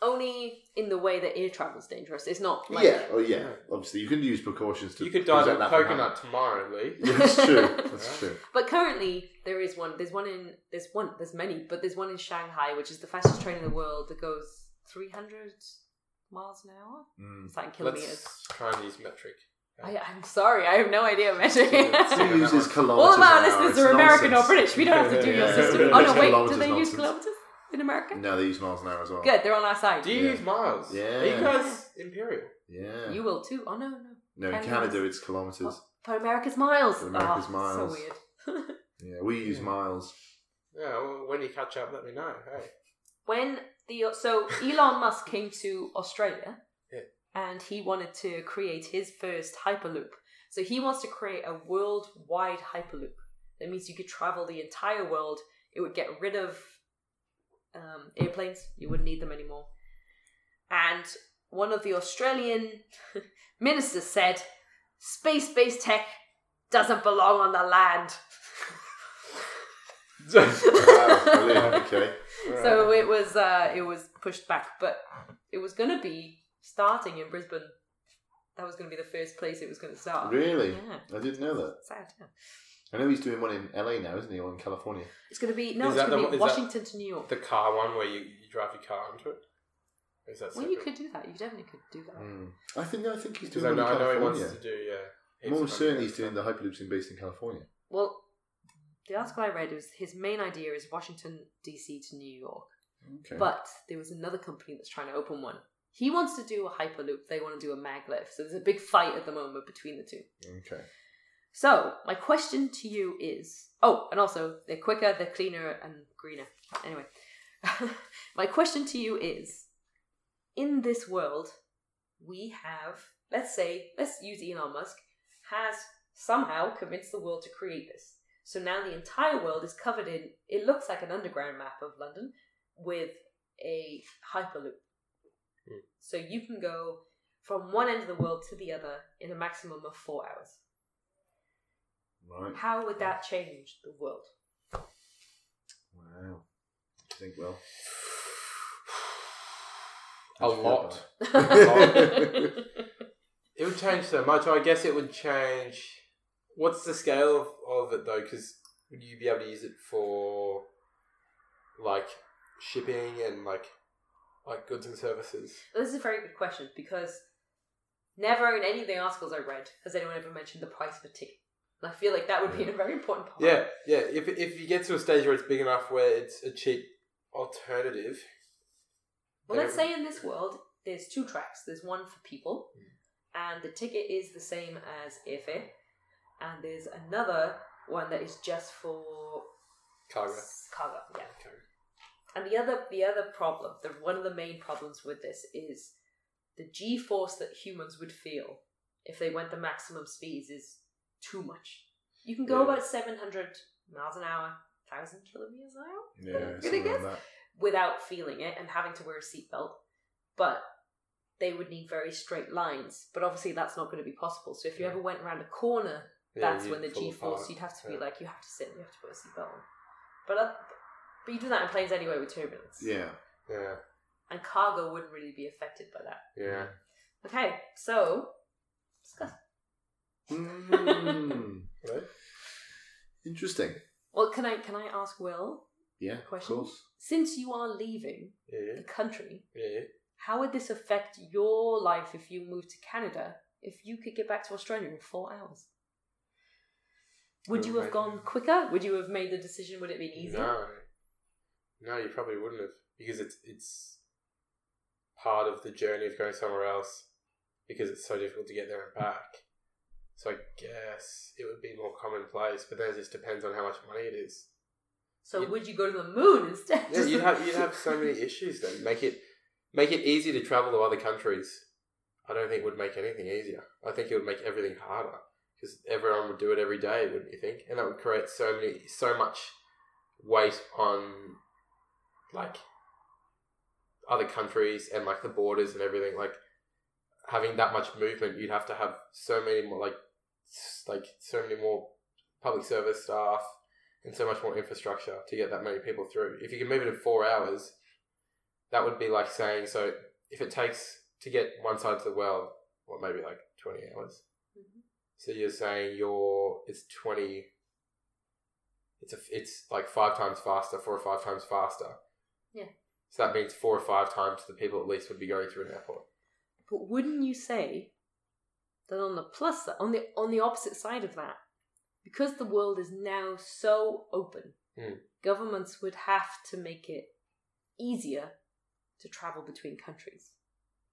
Speaker 1: only in the way that air travel's dangerous. It's not like
Speaker 4: yeah, oh yeah.
Speaker 3: Yeah.
Speaker 4: Obviously, you can use precautions to.
Speaker 3: You could dive
Speaker 4: prevent
Speaker 3: in
Speaker 4: that from
Speaker 3: coconut tomorrow, Lee.
Speaker 4: happening. Yeah, that's true. That's true.
Speaker 1: But currently there is one. There's one in there's one there's many, but there's one in Shanghai, which is the fastest train in the world that goes 300 miles an hour.
Speaker 4: Mm.
Speaker 1: It's like kilometers.
Speaker 3: Let's try and use metric.
Speaker 1: I, I'm sorry, I have no idea measuring.
Speaker 3: Let's do
Speaker 4: Who
Speaker 3: it. Yeah, that
Speaker 4: uses
Speaker 3: one.
Speaker 4: kilometers?
Speaker 1: All of our
Speaker 4: an hour?
Speaker 1: listeners
Speaker 4: It's
Speaker 1: are American
Speaker 4: nonsense.
Speaker 1: or British. We don't have to do your
Speaker 3: Yeah.
Speaker 1: system. Oh no,
Speaker 4: It's
Speaker 1: wait, do
Speaker 4: kilometers
Speaker 1: they use
Speaker 4: nonsense.
Speaker 1: kilometers in America?
Speaker 4: No, they use miles an hour as well.
Speaker 1: Good, they're on our side.
Speaker 3: Do you
Speaker 4: Yeah.
Speaker 3: use miles?
Speaker 4: Yeah.
Speaker 3: Are you guys imperial?
Speaker 4: Yeah.
Speaker 1: You will too. Oh no, no.
Speaker 4: no, in
Speaker 1: Canada's-
Speaker 4: Canada it's kilometers.
Speaker 1: For America's miles.
Speaker 4: For America's
Speaker 1: Oh,
Speaker 4: miles.
Speaker 1: So weird.
Speaker 4: Yeah, we use
Speaker 3: Yeah.
Speaker 4: miles.
Speaker 3: Yeah. Well, when you catch up, let me know. Hey.
Speaker 1: when the so Elon Musk came to Australia,
Speaker 3: Yeah.
Speaker 1: and he wanted to create his first hyperloop. So he wants to create a worldwide hyperloop. That means you could travel the entire world. It would get rid of um, airplanes. You wouldn't need them anymore. And one of the Australian ministers said, "Space-based tech doesn't belong on the land."
Speaker 4: Wow, brilliant. Okay.
Speaker 1: So it was uh, it was pushed back, but it was going to be starting in Brisbane. That was going to be the first place it was going to start.
Speaker 4: Really?
Speaker 1: Yeah.
Speaker 4: I didn't know that.
Speaker 1: Sad. Yeah.
Speaker 4: I know he's doing one in LA now, isn't he? Or in California.
Speaker 1: It's going to be no.
Speaker 3: Is
Speaker 1: it's
Speaker 3: that
Speaker 1: going to
Speaker 3: the one-
Speaker 1: be
Speaker 3: is
Speaker 1: Washington to New York.
Speaker 3: the car one where you, you drive your car onto it. Or Is that
Speaker 1: well, you
Speaker 3: separate?
Speaker 1: could do that. You definitely could do that.
Speaker 4: Mm. I think no, I think he's
Speaker 3: 'Cause
Speaker 4: doing
Speaker 3: I
Speaker 4: one in
Speaker 3: know, I know he wants
Speaker 4: California.
Speaker 3: to do. Yeah.
Speaker 4: More certainly, he's doing the hyperloops in based in California.
Speaker 1: Well, the article I read was his main idea is Washington DC to New York,
Speaker 4: Okay.
Speaker 1: but there was another company that's trying to open one. He wants to do a hyperloop. They want to do a maglev. So there's a big fight at the moment between the two.
Speaker 4: okay.
Speaker 1: So, my question to you is oh, and also they're quicker, they're cleaner, and greener. Anyway, my question to you is in this world, we have, let's say, let's use Elon Musk, has somehow convinced the world to create this. So now the entire world is covered in, it looks like an underground map of London with a hyperloop.
Speaker 3: Hmm.
Speaker 1: So you can go from one end of the world to the other in a maximum of four hours.
Speaker 4: Right.
Speaker 1: How would that change the world?
Speaker 4: Wow. I think well.
Speaker 3: a lot. It would change so much. I guess it would change. What's the scale of, of it though? Because would you be able to use it for like shipping and like like goods and services?
Speaker 1: this is a very good question because never in any of the articles I read has anyone ever mentioned the price of a ticket. And I feel like that would be a very important part.
Speaker 3: Yeah, yeah. If if you get to a stage where it's big enough where it's a cheap alternative.
Speaker 1: Well, let's
Speaker 3: then
Speaker 1: say in this world, there's two tracks. There's one for people, and the ticket is the same as airfare, and there's another one that is just for
Speaker 3: cargo.
Speaker 1: cargo. Yeah. And the other the other problem, the one of the main problems with this is the G force that humans would feel if they went the maximum speeds is too much. You can go
Speaker 3: Yeah.
Speaker 1: about seven hundred miles an hour, thousand kilometers an hour
Speaker 4: Yeah.
Speaker 1: Good
Speaker 4: something like
Speaker 1: guess.
Speaker 4: that.
Speaker 1: without feeling it and having to wear a seatbelt. But they would need very straight lines. But obviously that's not going to be possible. So if you
Speaker 3: Yeah.
Speaker 1: ever went around a corner
Speaker 3: Yeah,
Speaker 1: that's
Speaker 3: you'd
Speaker 1: when the
Speaker 3: fall
Speaker 1: G force
Speaker 3: apart.
Speaker 1: you'd have to be
Speaker 3: Yeah.
Speaker 1: like you have to sit and you have to put a seatbelt on. But uh, but you do that in planes anyway with turbulence.
Speaker 4: Yeah.
Speaker 3: Yeah,
Speaker 1: And cargo wouldn't really be affected by that.
Speaker 3: yeah.
Speaker 1: Okay, so discuss.
Speaker 4: Mm.
Speaker 3: Right?
Speaker 4: Hmm. Interesting.
Speaker 1: Well, can I can I ask Will
Speaker 4: Yeah,
Speaker 1: Question?
Speaker 4: of course.
Speaker 1: Since you are leaving
Speaker 3: Yeah.
Speaker 1: the country,
Speaker 3: Yeah.
Speaker 1: how would this affect your life if you moved to Canada? If you could get back to Australia in four hours, would you have
Speaker 3: Right.
Speaker 1: gone quicker? Would you have made the decision? Would it have been easier?
Speaker 3: No, no, you probably wouldn't have because it's it's part of the journey of going somewhere else because it's so difficult to get there and back. So I guess it would be more commonplace, but then it just depends on how much money it is.
Speaker 1: So
Speaker 3: You-
Speaker 1: would you go to the moon instead?
Speaker 3: Yeah, you'd have you'd have so many issues then. Make it make it easy to travel to other countries. I don't think it would make anything easier. I think it would make everything harder because everyone would do it every day, wouldn't you think? And that would create so many so much weight on like other countries and like the borders and everything. Like having that much movement, you'd have to have so many more like s- like so many more public service staff and so much more infrastructure to get that many people through. If you can move it in four hours, that would be like saying so. If it takes to get one side of the world, what maybe like twenty hours.
Speaker 1: Mhm.
Speaker 3: So you're saying you're it's twenty. It's a, it's like five times faster, four or five times faster.
Speaker 1: Yeah.
Speaker 3: So that means four or five times the people at least would be going through an airport.
Speaker 1: But wouldn't you say that on the plus side, on the on the opposite side of that, because the world is now so open,
Speaker 3: Hmm.
Speaker 1: governments would have to make it easier to travel between countries,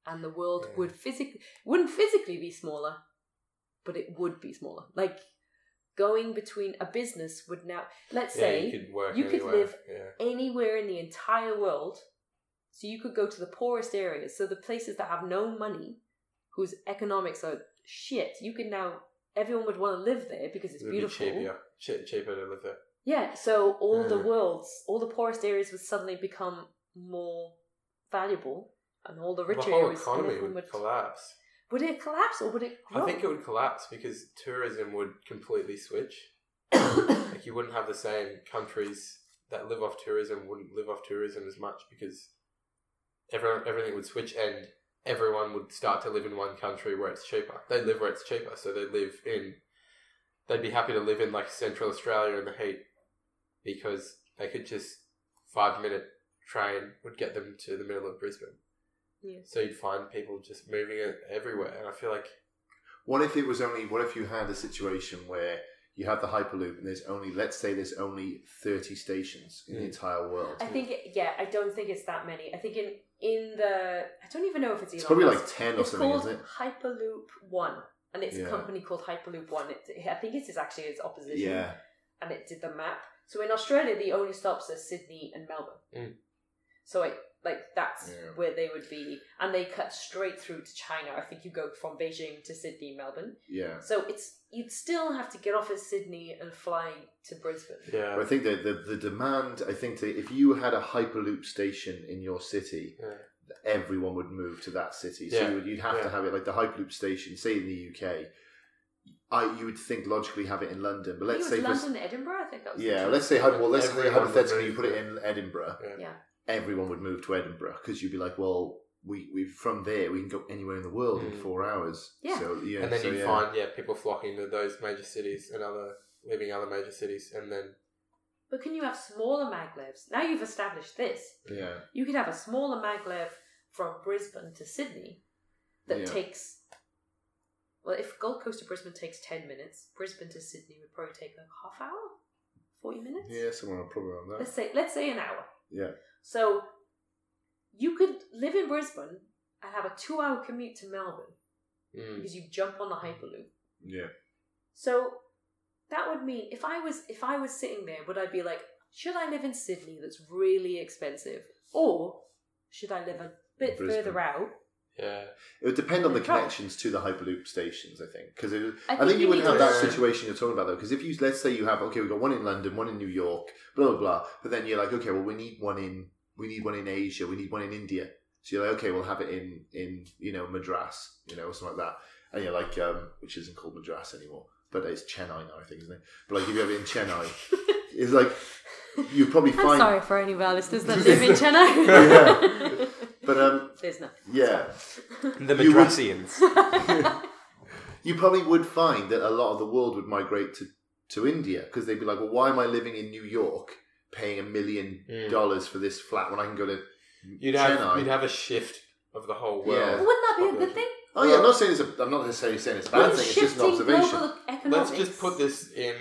Speaker 1: and the world
Speaker 3: Yeah.
Speaker 1: would physically wouldn't physically be smaller, but it would be smaller. Like going between a business would now let's say
Speaker 3: yeah, you could work.
Speaker 1: you could
Speaker 3: anywhere.
Speaker 1: live
Speaker 3: Yeah.
Speaker 1: anywhere in the entire world. So you could go to the poorest areas, so the places that have no money, whose economics are shit. You can now everyone would want to live there because it's
Speaker 3: It would be
Speaker 1: beautiful.
Speaker 3: cheaper, Mm. che- cheaper to live there.
Speaker 1: yeah, so all the
Speaker 3: Yeah.
Speaker 1: worlds, all the poorest areas would suddenly become more valuable, and all the rich
Speaker 3: the whole
Speaker 1: areas and
Speaker 3: economy
Speaker 1: everyone
Speaker 3: would, collapse.
Speaker 1: Would it collapse or would it grow?
Speaker 3: I think it would collapse because tourism would completely switch. like you wouldn't have the same countries that live off tourism wouldn't live off tourism as much because everyone everything would switch and everyone would start to live in one country where it's cheaper. They live where it's cheaper, so they live in. They'd be happy to live in like Central Australia in the heat because they could just five minute train would get them to the middle of Brisbane.
Speaker 1: Yeah.
Speaker 3: So you'd find people just moving it everywhere, and I feel like
Speaker 4: What if it was only? What if you had a situation where you have the hyperloop and there's only, let's say, there's only thirty stations in the
Speaker 3: Mm.
Speaker 4: entire world?
Speaker 1: I think it, yeah, I don't think it's that many. I think in in the I don't even know if it's Elon
Speaker 4: It's probably
Speaker 1: Musk.
Speaker 4: like ten or
Speaker 1: It's
Speaker 4: something,
Speaker 1: called
Speaker 4: isn't it?
Speaker 1: Hyperloop One, and it's a
Speaker 4: Yeah.
Speaker 1: company called Hyperloop One. It, I think it is actually its opposition,
Speaker 4: Yeah,
Speaker 1: and it did the map. So in Australia, the only stops are Sydney and Melbourne.
Speaker 3: Mm.
Speaker 1: So it, like that's
Speaker 4: Yeah.
Speaker 1: where they would be, and they cut straight through to China. I think you go from Beijing to Sydney, Melbourne.
Speaker 4: yeah.
Speaker 1: So it's you'd still have to get off at Sydney and fly to Brisbane.
Speaker 3: yeah,
Speaker 4: I think that the, the demand. I think that if you had a hyperloop station in your city,
Speaker 3: yeah.
Speaker 4: everyone would move to that city. So
Speaker 3: Yeah.
Speaker 4: you would, you'd have
Speaker 3: Yeah.
Speaker 4: to have it like the hyperloop station, say in the UK. I you would think logically have it in London, but
Speaker 1: I
Speaker 4: let's
Speaker 1: think
Speaker 4: say
Speaker 1: it
Speaker 4: for,
Speaker 1: was London, Edinburgh. I think that was the
Speaker 4: yeah,
Speaker 1: two.
Speaker 4: let's say hy- well, let's say
Speaker 3: Everyone would
Speaker 4: hypothetically you
Speaker 3: move
Speaker 4: put it
Speaker 3: there.
Speaker 4: in Edinburgh.
Speaker 3: Yeah.
Speaker 1: yeah.
Speaker 4: everyone would move to Edinburgh because you'd be like, well, we we from there we can go anywhere in the world in
Speaker 3: Mm.
Speaker 4: four hours.
Speaker 1: Yeah.
Speaker 4: So yeah,
Speaker 3: and then
Speaker 4: so,
Speaker 3: you
Speaker 4: yeah.
Speaker 3: find yeah people flocking to those major cities and other leaving other major cities and then
Speaker 1: But can you have smaller maglevs? Now you've established this.
Speaker 4: yeah,
Speaker 1: You could have a smaller maglev from Brisbane to Sydney that
Speaker 4: Yeah.
Speaker 1: takes. Well, if Gold Coast to Brisbane takes 10 minutes, Brisbane to Sydney would probably take like half hour? 40 minutes?
Speaker 4: yeah, somewhere probably around
Speaker 1: Let's
Speaker 4: that.
Speaker 1: say let's say an hour.
Speaker 4: Yeah,
Speaker 1: So you could live in Brisbane and have a 2-hour commute to Melbourne
Speaker 3: mm,
Speaker 1: because you jump on the Hyperloop.
Speaker 4: yeah.
Speaker 1: So that would mean if I was if I was sitting there, would I be like, should I live in Sydney that's really expensive? Or should I live a bit
Speaker 4: Brisbane.
Speaker 1: further out?
Speaker 3: yeah
Speaker 4: It would depend on the
Speaker 1: Good job.
Speaker 4: connections to the hyperloop stations, I think, because I,
Speaker 1: I
Speaker 4: think
Speaker 1: think
Speaker 4: you
Speaker 1: you
Speaker 4: wouldn't
Speaker 1: need
Speaker 4: have
Speaker 3: to-
Speaker 4: that situation you're talking about though. Because if you let's say you have okay, we've got one in London, one in New York, blah blah blah, but then you're like, okay, well we need one in we need one in Asia, we need one in India. So you're like, okay, we'll have it in in you know Madras, you know, or something like that. And you're like, um, which isn't called Madras anymore, but it's Chennai now, I think, isn't it? But like if you have it in Chennai, it's like you probably
Speaker 1: I'm
Speaker 4: find.
Speaker 1: sorry for any of our listeners that live in Chennai.
Speaker 4: Yeah. But um,
Speaker 1: There's no.
Speaker 4: yeah,
Speaker 3: the
Speaker 4: You would- you probably would find that a lot of the world would migrate to, to India because they'd be like, well, why am I living in New York? paying a million
Speaker 3: Mm.
Speaker 4: dollars for this flat when I can go to
Speaker 3: You'd
Speaker 4: Chennai.
Speaker 3: have you'd have a shift of the whole world.
Speaker 1: Wouldn't that be a good thing?
Speaker 4: oh yeah, I'm not saying it's a, I'm not necessarily saying it's a bad
Speaker 1: Wouldn't
Speaker 4: thing. It's just an
Speaker 1: shifting
Speaker 4: observation.
Speaker 1: global economics.
Speaker 3: Let's just put this in.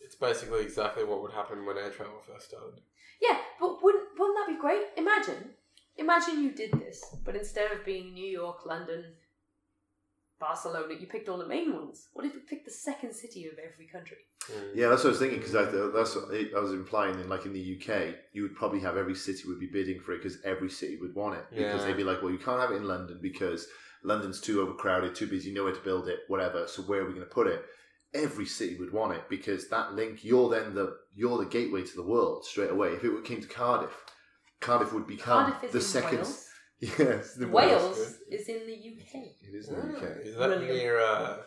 Speaker 3: It's basically exactly what would happen when air travel first started.
Speaker 1: Yeah, but wouldn't wouldn't that be great? Imagine, imagine you did this, but instead of being New York, London, Barcelona, you picked all the main ones. What if you picked the second city of every country?
Speaker 3: Mm.
Speaker 4: Yeah, that's what I was thinking because that's what I I was implying. In like in the UK, you would probably have every city would be bidding for it because every city would want it because
Speaker 3: Yeah.
Speaker 4: they'd be like, well, you can't have it in London because London's too overcrowded, too busy, nowhere to build it, whatever. So where are we going to put it? Every city would want it because that link. You're then the you're the gateway to the world straight away. If it came to Cardiff, Cardiff would become
Speaker 1: Cardiff is
Speaker 4: the
Speaker 1: in
Speaker 4: second.
Speaker 1: Wales.
Speaker 4: Yes, the
Speaker 1: Wales Oh. is in the UK.
Speaker 4: It is in the
Speaker 3: Ah,
Speaker 4: UK.
Speaker 3: Is that
Speaker 1: Brilliant.
Speaker 3: near uh,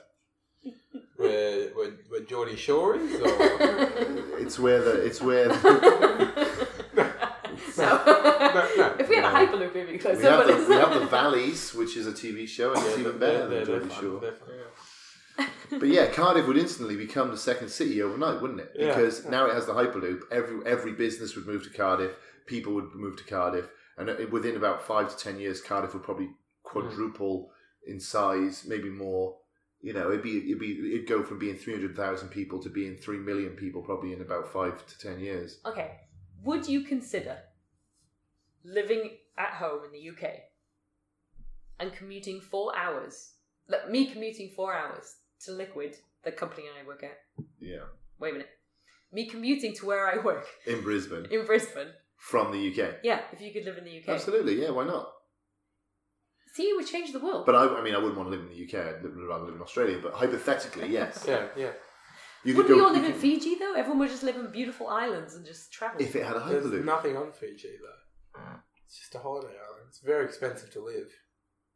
Speaker 3: where, where where Geordie Shore is? Or?
Speaker 4: It's where the it's where the,
Speaker 1: so,
Speaker 3: no,
Speaker 1: if we had a
Speaker 3: no.
Speaker 1: hyperloop, it'd be closer.
Speaker 4: we have
Speaker 1: but
Speaker 4: the
Speaker 1: it's-
Speaker 4: we have the Valleys, which is a TV show, and it's even better
Speaker 3: They're-
Speaker 4: than
Speaker 3: they're
Speaker 4: Geordie
Speaker 3: fun,
Speaker 4: Shore.
Speaker 3: they're fun.
Speaker 4: But yeah, Cardiff would instantly become the second city overnight, wouldn't it?
Speaker 3: Yeah.
Speaker 4: Because now it has the Hyperloop. Every every business would move to Cardiff. People would move to Cardiff, and it- within about five to ten years, Cardiff would probably quadruple in size, maybe more. You know, it'd be it'd be it'd go from being three hundred thousand people to being three million people, probably in about five to ten years.
Speaker 1: okay, would you consider living at home in the UK and commuting four hours? Like me commuting four hours to Liquid, the company I work at.
Speaker 4: Yeah,
Speaker 1: Wait a minute. Me commuting to where I work
Speaker 4: in Brisbane
Speaker 1: in Brisbane.
Speaker 4: from the UK.
Speaker 1: Yeah, if you could live in the UK.
Speaker 4: Absolutely, yeah. Why not?
Speaker 1: See, you would change the world.
Speaker 4: But uh, I, I mean, I wouldn't want to live in the UK. I'd li- rather live in Australia. But hypothetically, yes.
Speaker 3: Yeah, yeah.
Speaker 4: You
Speaker 1: Wouldn't we all
Speaker 4: you
Speaker 1: live in Fiji though? Everyone would just live in beautiful islands and just travel.
Speaker 4: If it had a
Speaker 3: There's
Speaker 4: hyperloop,
Speaker 3: nothing on Fiji though. It's just a holiday island. It's very expensive to live.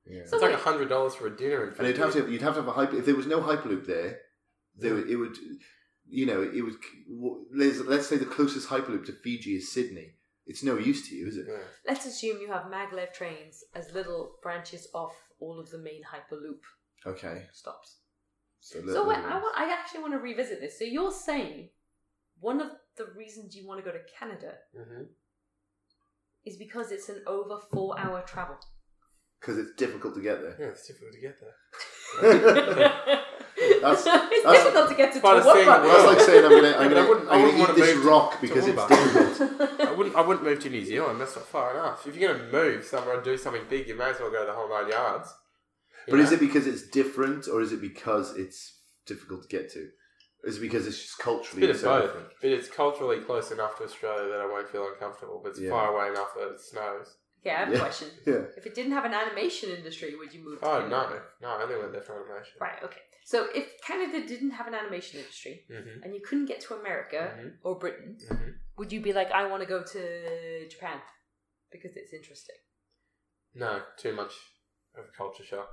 Speaker 4: yeah.
Speaker 1: So
Speaker 3: It's like
Speaker 1: wait.
Speaker 3: hundred dollars for a dinner in Fiji.
Speaker 4: and you'd have to you'd have to have a hyper. If there was no hyperloop there, there would- it would, you know, it would. w- Let's, let's say the closest hyperloop to Fiji is Sydney. It's no use to you, is it?
Speaker 3: Yeah.
Speaker 1: Let's assume you have maglev trains as little branches off all of the main Hyperloop
Speaker 4: Okay.
Speaker 1: stops.
Speaker 4: let-
Speaker 1: so wait,
Speaker 4: let-
Speaker 1: I, wa- I actually want to revisit this. So you're saying one of the reasons you want to go to Canada
Speaker 3: hmm
Speaker 1: is because it's an over four hour travel.
Speaker 4: because it's difficult to get there.
Speaker 3: yeah, it's difficult to get there.
Speaker 1: that's, it's
Speaker 4: that's-
Speaker 1: difficult to get to
Speaker 3: But it's saying
Speaker 1: Toowoomba.
Speaker 4: That's like saying I'm gonna
Speaker 3: Yeah,
Speaker 4: I'm
Speaker 3: but
Speaker 4: gonna,
Speaker 3: I wouldn't- I
Speaker 4: I'm
Speaker 3: wouldn't
Speaker 4: gonna
Speaker 3: wanna
Speaker 4: eat this
Speaker 3: move to-
Speaker 4: rock
Speaker 3: to
Speaker 4: because it's
Speaker 3: Toowoomba.
Speaker 4: difficult.
Speaker 3: I wouldn't. I wouldn't move to New Zealand. That's not far enough. If you're going to move somewhere and do something big, you may as well go the whole nine yards. You
Speaker 4: But is
Speaker 3: know?
Speaker 4: it because it's different, or is it because it's difficult to get to? Is it because it's just culturally
Speaker 3: bit of
Speaker 4: so
Speaker 3: both.
Speaker 4: different?
Speaker 3: But it's culturally close enough to Australia that I won't feel uncomfortable. But it's
Speaker 4: Yeah.
Speaker 3: far away enough that it snows.
Speaker 1: Okay, I have a
Speaker 4: Yeah.
Speaker 1: question.
Speaker 4: Yeah.
Speaker 1: If it didn't have an animation industry, would you move? To
Speaker 3: Oh
Speaker 1: Canada?
Speaker 3: no, no, I only went there for animation.
Speaker 1: Right. Okay. So if Canada didn't have an animation industry
Speaker 3: hmm
Speaker 1: and you couldn't get to America
Speaker 3: Mhm.
Speaker 1: or Britain,
Speaker 3: hmm
Speaker 1: would you be like, I want to go to Japan because it's interesting?
Speaker 3: No, too much of a culture shock.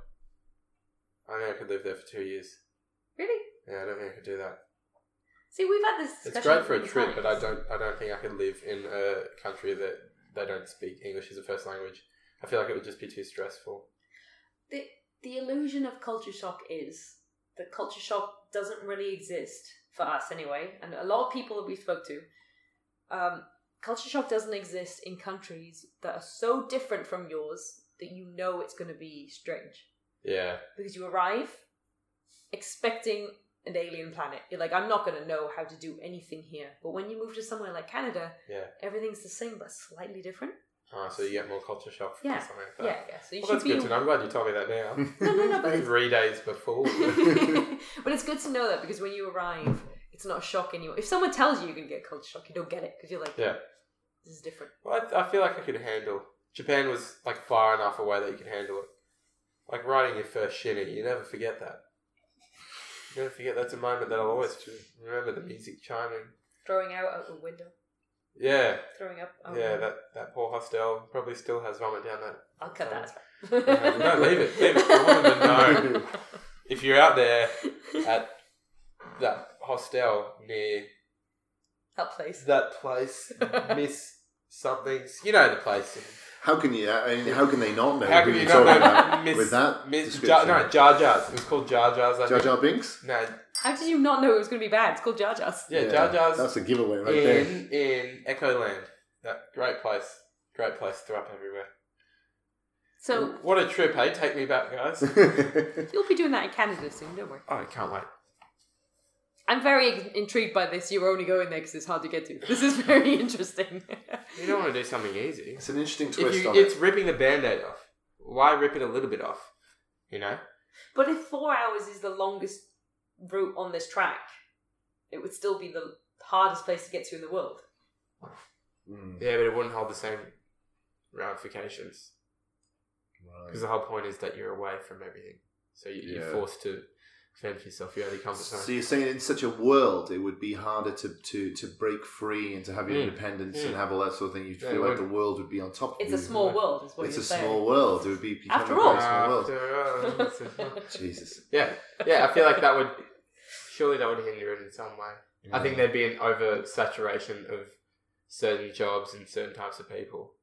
Speaker 3: I think I could live there for two years.
Speaker 1: Really?
Speaker 3: Yeah, I don't think I could do that.
Speaker 1: See, we've had this.
Speaker 3: It's
Speaker 1: Discussion
Speaker 3: great for a
Speaker 1: many
Speaker 3: trip, but I
Speaker 1: times.
Speaker 3: don't. I don't think I could live in a country that they don't speak English as a first language. I feel like it would just be too stressful.
Speaker 1: The, the illusion of culture shock is that culture shock doesn't really exist for us anyway, and a lot of people that we spoke to. Um, culture shock doesn't exist in countries that are so different from yours that you know it's going to be strange.
Speaker 3: Yeah,
Speaker 1: because you arrive expecting an alien planet. You're like, I'm not going to know how to do anything here. But when you move to somewhere like Canada,
Speaker 3: yeah.
Speaker 1: everything's the same but slightly different.
Speaker 3: Ah, so you get more culture shock from
Speaker 1: Yeah,
Speaker 3: something like that.
Speaker 1: Yeah, yeah. So you
Speaker 3: Well,
Speaker 1: should
Speaker 3: that's
Speaker 1: be.
Speaker 3: good to know. I'm glad you told me that now.
Speaker 1: No, no, no. But it's...
Speaker 3: Three days before.
Speaker 1: but it's good to know that because when you arrive,
Speaker 3: Mm-hmm.
Speaker 1: it's not a shock anymore. If someone tells you you're going to get culture shock, you don't get it because you're like,
Speaker 3: yeah.
Speaker 1: this is different.
Speaker 3: Well, I, I feel like I could handle. Japan was like far enough away that you could handle it. Like riding your first shinny, you never forget that. You never forget that's a moment that I'll always remember the music chiming.
Speaker 1: Throwing out out the window,
Speaker 3: Yeah,
Speaker 1: throwing up. out
Speaker 3: yeah.
Speaker 1: the-
Speaker 3: That that poor hostel probably still has vomit down that.
Speaker 1: I'll cut that.
Speaker 3: Yeah, no, leave it, leave it. I want them to know. If you're out there at that hostel near
Speaker 1: That place.
Speaker 3: that place, miss something's, you know the place.
Speaker 4: How can you? I mean, how can they not know?
Speaker 3: How
Speaker 4: who
Speaker 3: can you
Speaker 4: you're
Speaker 3: not
Speaker 4: talking
Speaker 3: know
Speaker 4: about
Speaker 3: Miss,
Speaker 4: with that
Speaker 3: Miss Jar,
Speaker 4: description?
Speaker 3: no, Jar Jar's. It was called Jar Jar's.
Speaker 4: Jar
Speaker 3: I think.
Speaker 4: Jar Binks.
Speaker 3: No,
Speaker 1: How did you not know it was going to be bad? It's called Jar Jar's.
Speaker 3: yeah, Jar Jar's
Speaker 4: That's a giveaway right there.
Speaker 3: in in Echo Land. That great place, great place to up everywhere.
Speaker 1: So
Speaker 3: what a trip, hey! Take me back, guys.
Speaker 1: you'll be doing that in Canada soon, don't worry.
Speaker 3: Oh, I can't wait.
Speaker 1: I'm very intrigued by this. You're only going there because it's hard to get to. This is very interesting.
Speaker 3: You don't want to do something easy.
Speaker 4: it's an interesting
Speaker 3: If
Speaker 4: twist
Speaker 3: you,
Speaker 4: on
Speaker 3: it's
Speaker 4: it.
Speaker 3: ripping the band-aid off. Why rip it a little bit off? You know?
Speaker 1: but if four hours is the longest route on this track, it would still be the hardest place to get to in the world.
Speaker 4: Mm,
Speaker 3: Yeah, but it wouldn't hold the same ramifications.
Speaker 4: right.
Speaker 3: Because the whole point is that you're away from everything. So you, you're
Speaker 4: Yeah.
Speaker 3: forced to fend for yourself. You're out of your comfort
Speaker 4: So
Speaker 3: zone.
Speaker 4: you're saying in such a world, it would be harder to, to, to break free and to have your
Speaker 3: Mm.
Speaker 4: independence
Speaker 3: Mm.
Speaker 4: and have all that sort of thing. You'd
Speaker 3: Yeah,
Speaker 4: feel
Speaker 3: it
Speaker 4: like
Speaker 3: would.
Speaker 4: the world would be on top of
Speaker 1: It's
Speaker 4: you.
Speaker 1: a small world, is what
Speaker 4: Mm, it's
Speaker 1: you're
Speaker 4: a
Speaker 1: saying.
Speaker 4: small world. It would be becoming
Speaker 1: After
Speaker 4: a
Speaker 1: all.
Speaker 4: very small world.
Speaker 3: After all, it's a small-
Speaker 4: Jesus.
Speaker 3: yeah, yeah. I feel like that would surely that would hinder it in some way. I think there'd be an oversaturation of certain jobs and certain types of people.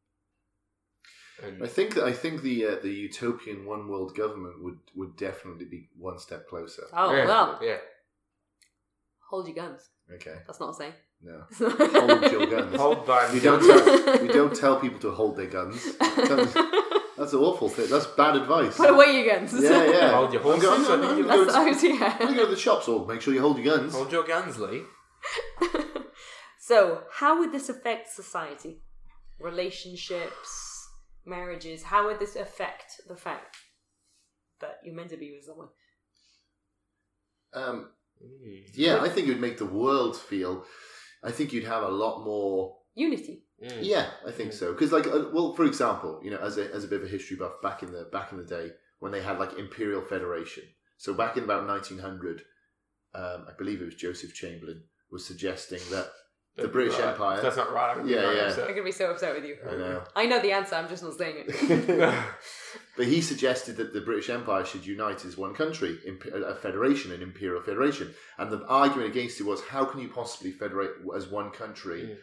Speaker 3: And
Speaker 4: I think I think the uh, the utopian one world government would, would definitely be one step closer.
Speaker 1: Oh,
Speaker 3: yeah,
Speaker 1: well,
Speaker 3: yeah.
Speaker 1: hold your guns.
Speaker 4: Okay,
Speaker 1: That's not saying.
Speaker 4: no, hold your guns.
Speaker 3: Hold thine.
Speaker 4: We don't
Speaker 3: guns.
Speaker 4: tell we don't tell people to hold their guns. That's, that's an awful thing. That's bad advice.
Speaker 1: Put away your guns.
Speaker 4: Yeah, yeah.
Speaker 3: Hold your
Speaker 4: I'm going-
Speaker 3: horses. I
Speaker 4: I'm
Speaker 3: think
Speaker 4: going-
Speaker 3: you'll
Speaker 1: That's
Speaker 4: I'm
Speaker 3: do
Speaker 1: what
Speaker 3: it.
Speaker 1: I was,
Speaker 4: gonna
Speaker 1: yeah.
Speaker 4: go to the shops. All make sure you hold your guns.
Speaker 3: Hold your guns, Lee.
Speaker 1: So, how would this affect society? Relationships, marriages, how would this affect the fact that you're meant to be with someone?
Speaker 4: Um,
Speaker 3: Mm.
Speaker 4: yeah, I think it would make the world feel. I think you'd have a lot more
Speaker 1: Unity.
Speaker 3: Mm.
Speaker 4: Yeah, I think so. Because like, uh, well, for example, you know, as a as a bit of a history buff, back in the back in the day when they had like imperial federation. So back in about 1900, um, I believe it was Joseph Chamberlain was suggesting that The British
Speaker 3: Right.
Speaker 4: Empire.
Speaker 3: That's not right. I'm
Speaker 4: Yeah,
Speaker 3: not
Speaker 4: yeah.
Speaker 1: I'm
Speaker 3: upset.
Speaker 1: going to be so upset with you.
Speaker 4: I know,
Speaker 1: I know the answer, I'm just not saying it.
Speaker 4: but he suggested that the British Empire should unite as one country, imp- a federation, an imperial federation. And the argument against it was, how can you possibly federate as one country?
Speaker 3: Mm.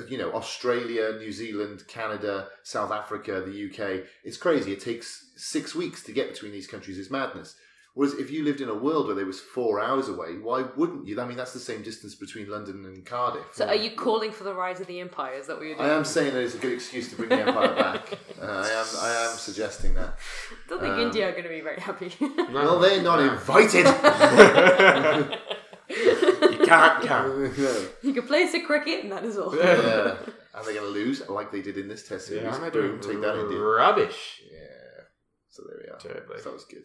Speaker 4: uh, you know, Australia, New Zealand, Canada, South Africa, the UK. It's crazy. It takes six weeks to get between these countries. It's madness. Whereas if you lived in a world where there was four hours away, why wouldn't you? I mean, that's the same distance between London and Cardiff.
Speaker 1: So, are you calling for the rise of the empire? Is that what you're
Speaker 4: I
Speaker 1: doing?
Speaker 4: am saying that it's a good excuse to bring the empire back. Uh, I am. I am suggesting that.
Speaker 1: I don't think
Speaker 4: um,
Speaker 1: India are going to be very happy.
Speaker 4: Well, they're not invited.
Speaker 3: you can't come.
Speaker 4: No.
Speaker 1: you can play some cricket and that is all.
Speaker 3: Yeah.
Speaker 4: yeah. And they're going to lose, like they did in this test series.
Speaker 3: Yeah, I'm
Speaker 4: Boom,
Speaker 3: doing
Speaker 4: take that, India.
Speaker 3: rubbish.
Speaker 4: Yeah. So there we are.
Speaker 3: Terribly.
Speaker 4: That was good.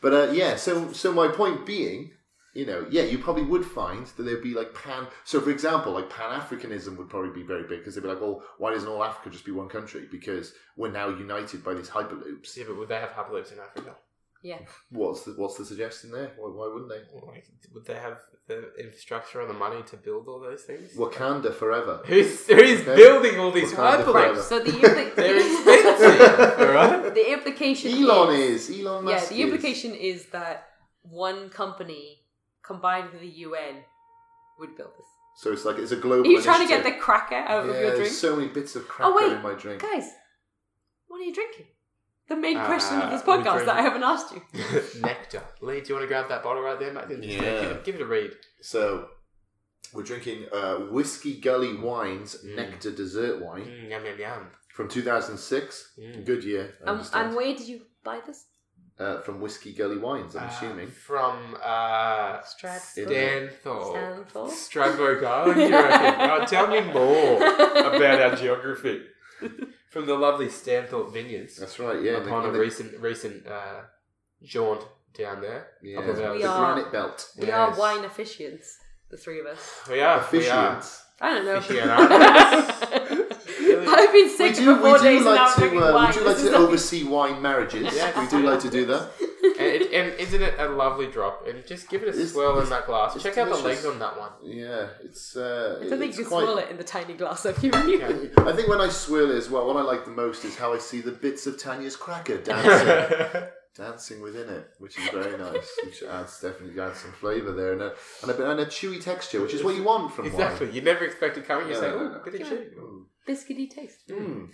Speaker 4: But uh, yeah, so so my point being, you know, yeah, you probably would find that there'd be like pan. So for example, like Pan Africanism would probably be very big because they'd be like, well, why doesn't all Africa just be one country? Because we're now united by these hyperloops.
Speaker 3: Yeah, but would they have hyperloops in Africa?
Speaker 1: Yeah.
Speaker 4: What's the what's the suggestion there? Why, why wouldn't they?
Speaker 3: Like, would they have the infrastructure or the money to build all those things?
Speaker 4: Wakanda forever.
Speaker 3: Who's who's
Speaker 4: Okay.
Speaker 3: building all these
Speaker 4: Wakanda
Speaker 1: Right,
Speaker 3: hyperloops?
Speaker 4: forever.
Speaker 1: so the, impli-
Speaker 3: They're expensive, alright?
Speaker 1: the implication
Speaker 4: Elon
Speaker 1: is
Speaker 4: is Elon
Speaker 1: Yeah,
Speaker 4: Musk.
Speaker 1: the implication is. that one company combined with the UN would build this.
Speaker 4: So it's like it's a global.
Speaker 1: Are you trying to get the
Speaker 4: initiative.
Speaker 1: cracker out
Speaker 4: yeah,
Speaker 1: of your drink?
Speaker 4: There's so many bits of cracker
Speaker 1: Oh, wait.
Speaker 4: in my drink.
Speaker 1: Guys, what are you drinking? The main question
Speaker 3: Uh,
Speaker 1: of this
Speaker 3: we're
Speaker 1: podcast that I haven't asked you.
Speaker 3: Nectar. Lee, do you want to grab that bottle right there, mate? Just
Speaker 4: Yeah.
Speaker 3: Give, it, give it a read.
Speaker 4: So we're drinking uh, Whiskey Gully Wines
Speaker 3: Mm.
Speaker 4: Nectar Dessert Wine.
Speaker 3: Mm, yum yum yum.
Speaker 4: from 2006.
Speaker 3: Mm.
Speaker 4: Good year, I
Speaker 1: Um,
Speaker 4: understand.
Speaker 1: and where did you buy this?
Speaker 4: uh, from Whiskey Gully Wines, I'm
Speaker 3: Uh,
Speaker 4: assuming.
Speaker 3: from uh,
Speaker 1: Stradbroke.
Speaker 3: Stanthorpe.
Speaker 1: Stanthorpe?
Speaker 3: Stradbroke Island, oh, you reckon? Now tell me more about our geography. From the lovely Stanthorpe Vineyards.
Speaker 4: That's right, yeah. and the-
Speaker 3: upon
Speaker 4: and
Speaker 3: a
Speaker 4: the,
Speaker 3: recent recent uh, jaunt down there.
Speaker 4: yeah,
Speaker 3: Up about-
Speaker 1: We
Speaker 4: the
Speaker 1: are-
Speaker 4: Granite Belt.
Speaker 1: We are
Speaker 3: Yes.
Speaker 1: wine aficionados, the three of us.
Speaker 3: We are. We are.
Speaker 4: Officiants.
Speaker 1: I don't know.
Speaker 3: Aficionados.
Speaker 1: I've been
Speaker 4: We
Speaker 1: sick
Speaker 4: do,
Speaker 1: for
Speaker 4: we
Speaker 1: four
Speaker 4: do
Speaker 1: days and now
Speaker 4: like
Speaker 1: I'm drinking
Speaker 4: to, uh,
Speaker 1: wine.
Speaker 4: we do like
Speaker 1: This is
Speaker 4: to
Speaker 1: like-
Speaker 4: oversee wine marriages.
Speaker 3: Yes,
Speaker 4: we do like to do that.
Speaker 3: and, it, and isn't it a lovely drop? And just give it a
Speaker 4: It's-
Speaker 3: swirl in that glass.
Speaker 4: it's
Speaker 3: Check out the
Speaker 4: delicious.
Speaker 3: legs on that one.
Speaker 4: Yeah, it's. Uh,
Speaker 1: I don't think
Speaker 4: it's
Speaker 1: you can
Speaker 4: quite,
Speaker 1: swirl it in the tiny glass I've given you.
Speaker 4: I think when I swirl it as well, what I like the most is how I see the bits of Tanya's cracker dancing, dancing within it, which is very nice. Which adds definitely adds some flavour there, and a, and a bit and a chewy texture, which is what you want from wine.
Speaker 3: exactly. You never expect it coming. You
Speaker 4: No,
Speaker 3: say,
Speaker 4: no,
Speaker 3: "Oh,
Speaker 4: no.
Speaker 3: bit of chew."
Speaker 1: Biscuity taste.
Speaker 4: Mm.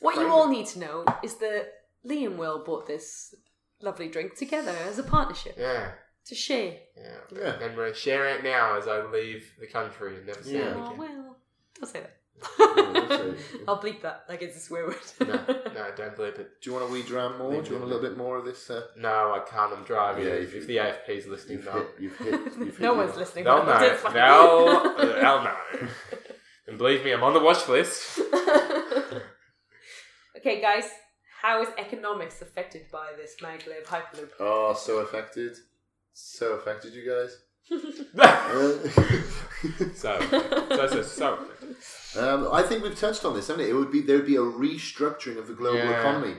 Speaker 1: What you
Speaker 4: Right.
Speaker 1: all need to know is that Lee and Will bought this lovely drink together as a partnership
Speaker 3: Yeah,
Speaker 1: to share.
Speaker 3: yeah.
Speaker 4: Yeah.
Speaker 3: And we're sharing it now as I leave the country and never see
Speaker 4: Yeah.
Speaker 3: them
Speaker 1: Oh,
Speaker 3: again.
Speaker 1: well, don't say
Speaker 4: don't
Speaker 1: that.
Speaker 4: say it.
Speaker 1: I'll bleep that. Like it's a swear word.
Speaker 3: No, no, don't believe it.
Speaker 4: Do you want a wee dram more? Do you want a little bit more of this? Uh,
Speaker 3: No, I can't. I'm driving.
Speaker 4: Yeah,
Speaker 3: if,
Speaker 4: you-
Speaker 3: if the AFP's listening,
Speaker 4: you've
Speaker 3: they'll,
Speaker 4: hit. You've hit. You've hit
Speaker 1: no
Speaker 4: your-
Speaker 1: one's listening.
Speaker 3: they'll
Speaker 1: but
Speaker 3: know.
Speaker 1: it's
Speaker 3: They'll,
Speaker 1: fine.
Speaker 3: they'll know. And believe me, I'm on the watch list.
Speaker 1: okay, guys. How is economics affected by this maglev hyperloop?
Speaker 4: Oh, so affected. So affected, you guys. Uh,
Speaker 3: so, so, so, so.
Speaker 4: um, I think we've touched on this, haven't we? It would be there would be a restructuring of the global
Speaker 3: Yeah.
Speaker 4: economy,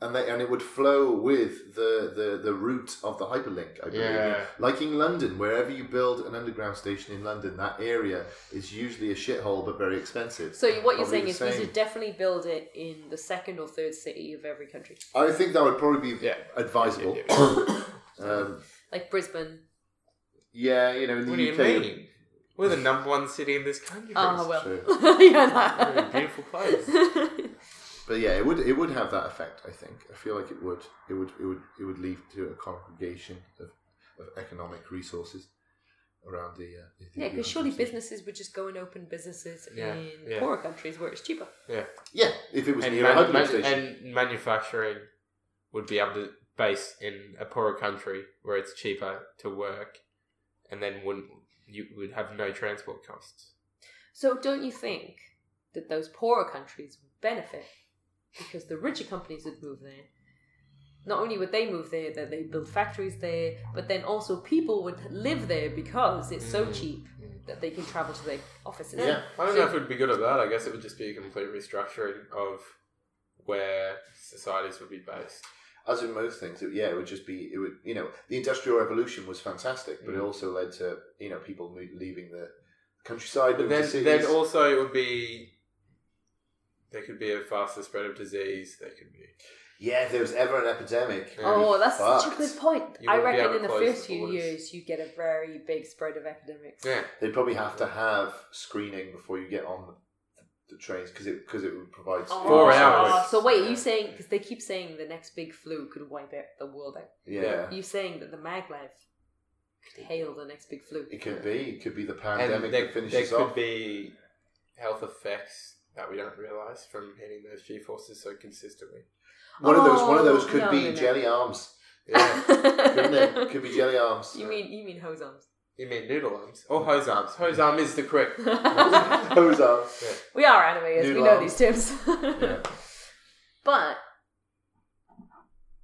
Speaker 4: and they, and it would flow with the, the, the route of the hyperlink. I believe,
Speaker 3: Yeah.
Speaker 4: like in London, wherever you build an underground station in London, that area is usually a shithole but very expensive.
Speaker 1: So what you're
Speaker 4: Probably
Speaker 1: saying
Speaker 4: the
Speaker 1: is we
Speaker 4: same.
Speaker 1: should definitely build it in the second or third city of every country,
Speaker 4: I think that would probably be
Speaker 3: Yeah.
Speaker 4: advisable.
Speaker 3: Yeah,
Speaker 4: um,
Speaker 1: like Brisbane.
Speaker 4: yeah, you know, in the
Speaker 3: What do you
Speaker 4: UK,
Speaker 3: mean? We're the number one city in this country.
Speaker 1: Ah,
Speaker 3: Chris.
Speaker 1: well, yeah.
Speaker 3: We're in
Speaker 1: no.
Speaker 3: a beautiful place.
Speaker 4: But yeah, it would it would have that effect. I think. I feel like it would. It would. It would. It would lead to a congregation of, of economic resources around the. Uh, the
Speaker 1: yeah, because surely
Speaker 4: the-
Speaker 1: businesses would just go and open businesses
Speaker 3: Yeah,
Speaker 1: in
Speaker 3: yeah.
Speaker 1: poorer countries where it's cheaper.
Speaker 3: Yeah.
Speaker 4: Yeah, if it was
Speaker 3: And,
Speaker 4: near a
Speaker 3: man-
Speaker 4: hyperloop
Speaker 3: man-
Speaker 4: station.
Speaker 3: and manufacturing would be able to base in a poorer country where it's cheaper to work, and then wouldn't you would have no transport costs.
Speaker 1: So don't you think that those poorer countries would benefit because the richer companies would move there? Not only would they move there, that they build factories there, but then also people would live there because it's so
Speaker 3: Mm.
Speaker 1: cheap that they can travel to their offices.
Speaker 4: Yeah.
Speaker 3: I don't
Speaker 1: So-
Speaker 3: know if it would be good at that. I guess it would just be a complete restructuring of where societies would be based.
Speaker 4: as in most things, it, yeah, it would just be it would you know the industrial revolution was fantastic, but it
Speaker 3: Mm.
Speaker 4: also led to you know people mo- leaving the countryside,
Speaker 3: But
Speaker 4: moving to
Speaker 3: then,
Speaker 4: cities.
Speaker 3: then also it would be there could be a faster spread of disease. There could be
Speaker 4: yeah, if there was ever an epidemic.
Speaker 3: Yeah.
Speaker 1: Oh, that's such a
Speaker 4: Fucked.
Speaker 1: good point.
Speaker 3: You
Speaker 1: I
Speaker 3: wouldn't be
Speaker 1: reckon
Speaker 3: able
Speaker 1: in
Speaker 3: to
Speaker 1: the
Speaker 3: close
Speaker 1: first
Speaker 3: the
Speaker 1: few
Speaker 3: borders.
Speaker 1: years you get a very big spread of academics.
Speaker 3: yeah.
Speaker 4: They'd probably have to have screening before you get on the, the trains because it because it would provide
Speaker 1: Oh,
Speaker 3: Four
Speaker 1: so-
Speaker 3: hours.
Speaker 1: So wait, you saying because they keep saying the next big flu could wipe out the world out?
Speaker 4: yeah.
Speaker 1: You saying that the maglev could hail the next big flu?
Speaker 4: It could be. It could be the
Speaker 3: And
Speaker 4: pandemic
Speaker 3: there,
Speaker 4: that
Speaker 3: there
Speaker 4: finishes
Speaker 3: could
Speaker 4: off.
Speaker 3: be health effects that we don't realize from hitting those G forces so consistently.
Speaker 4: One of those. One of those
Speaker 1: Oh,
Speaker 4: could
Speaker 1: no,
Speaker 4: be
Speaker 1: no, no.
Speaker 4: jelly arms.
Speaker 3: Yeah.
Speaker 4: Couldn't it? Could be jelly arms.
Speaker 1: You mean you mean hose arms?
Speaker 3: you mean noodle arms or hose arms? Hose arm is the correct.
Speaker 4: Those arms.
Speaker 1: we are animators. we
Speaker 4: Noodle
Speaker 1: know
Speaker 4: arms.
Speaker 1: these tips.
Speaker 4: Yeah.
Speaker 1: But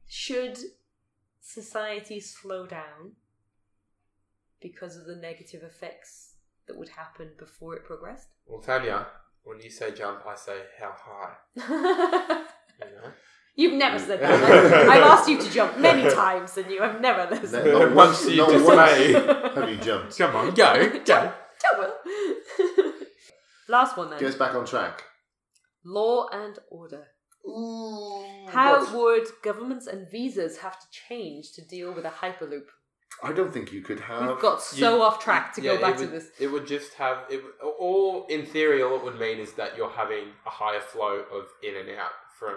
Speaker 1: should society slow down because of the negative effects that would happen before it progressed?
Speaker 3: Well, Tanya, when you say jump, I say how high. You know?
Speaker 1: You've never said that. I've asked you to jump many times, and you have never listened.
Speaker 4: No, not
Speaker 3: Once
Speaker 4: once.
Speaker 3: you
Speaker 4: Not
Speaker 3: dismay.
Speaker 4: once have you jumped.
Speaker 3: Come on, go, go.
Speaker 1: Don't will. Last one then.
Speaker 4: Get us back on track.
Speaker 1: Law and order.
Speaker 4: Ooh.
Speaker 1: How
Speaker 4: God.
Speaker 1: would governments and visas have to change to deal with a hyperloop?
Speaker 4: I don't think you could have.
Speaker 1: We've got so
Speaker 3: you-
Speaker 1: off track to
Speaker 3: Yeah,
Speaker 1: go back
Speaker 3: it
Speaker 1: to
Speaker 3: would,
Speaker 1: this.
Speaker 3: It would just have it. would- All in theory, all it would mean is that you're having a higher flow of in and out from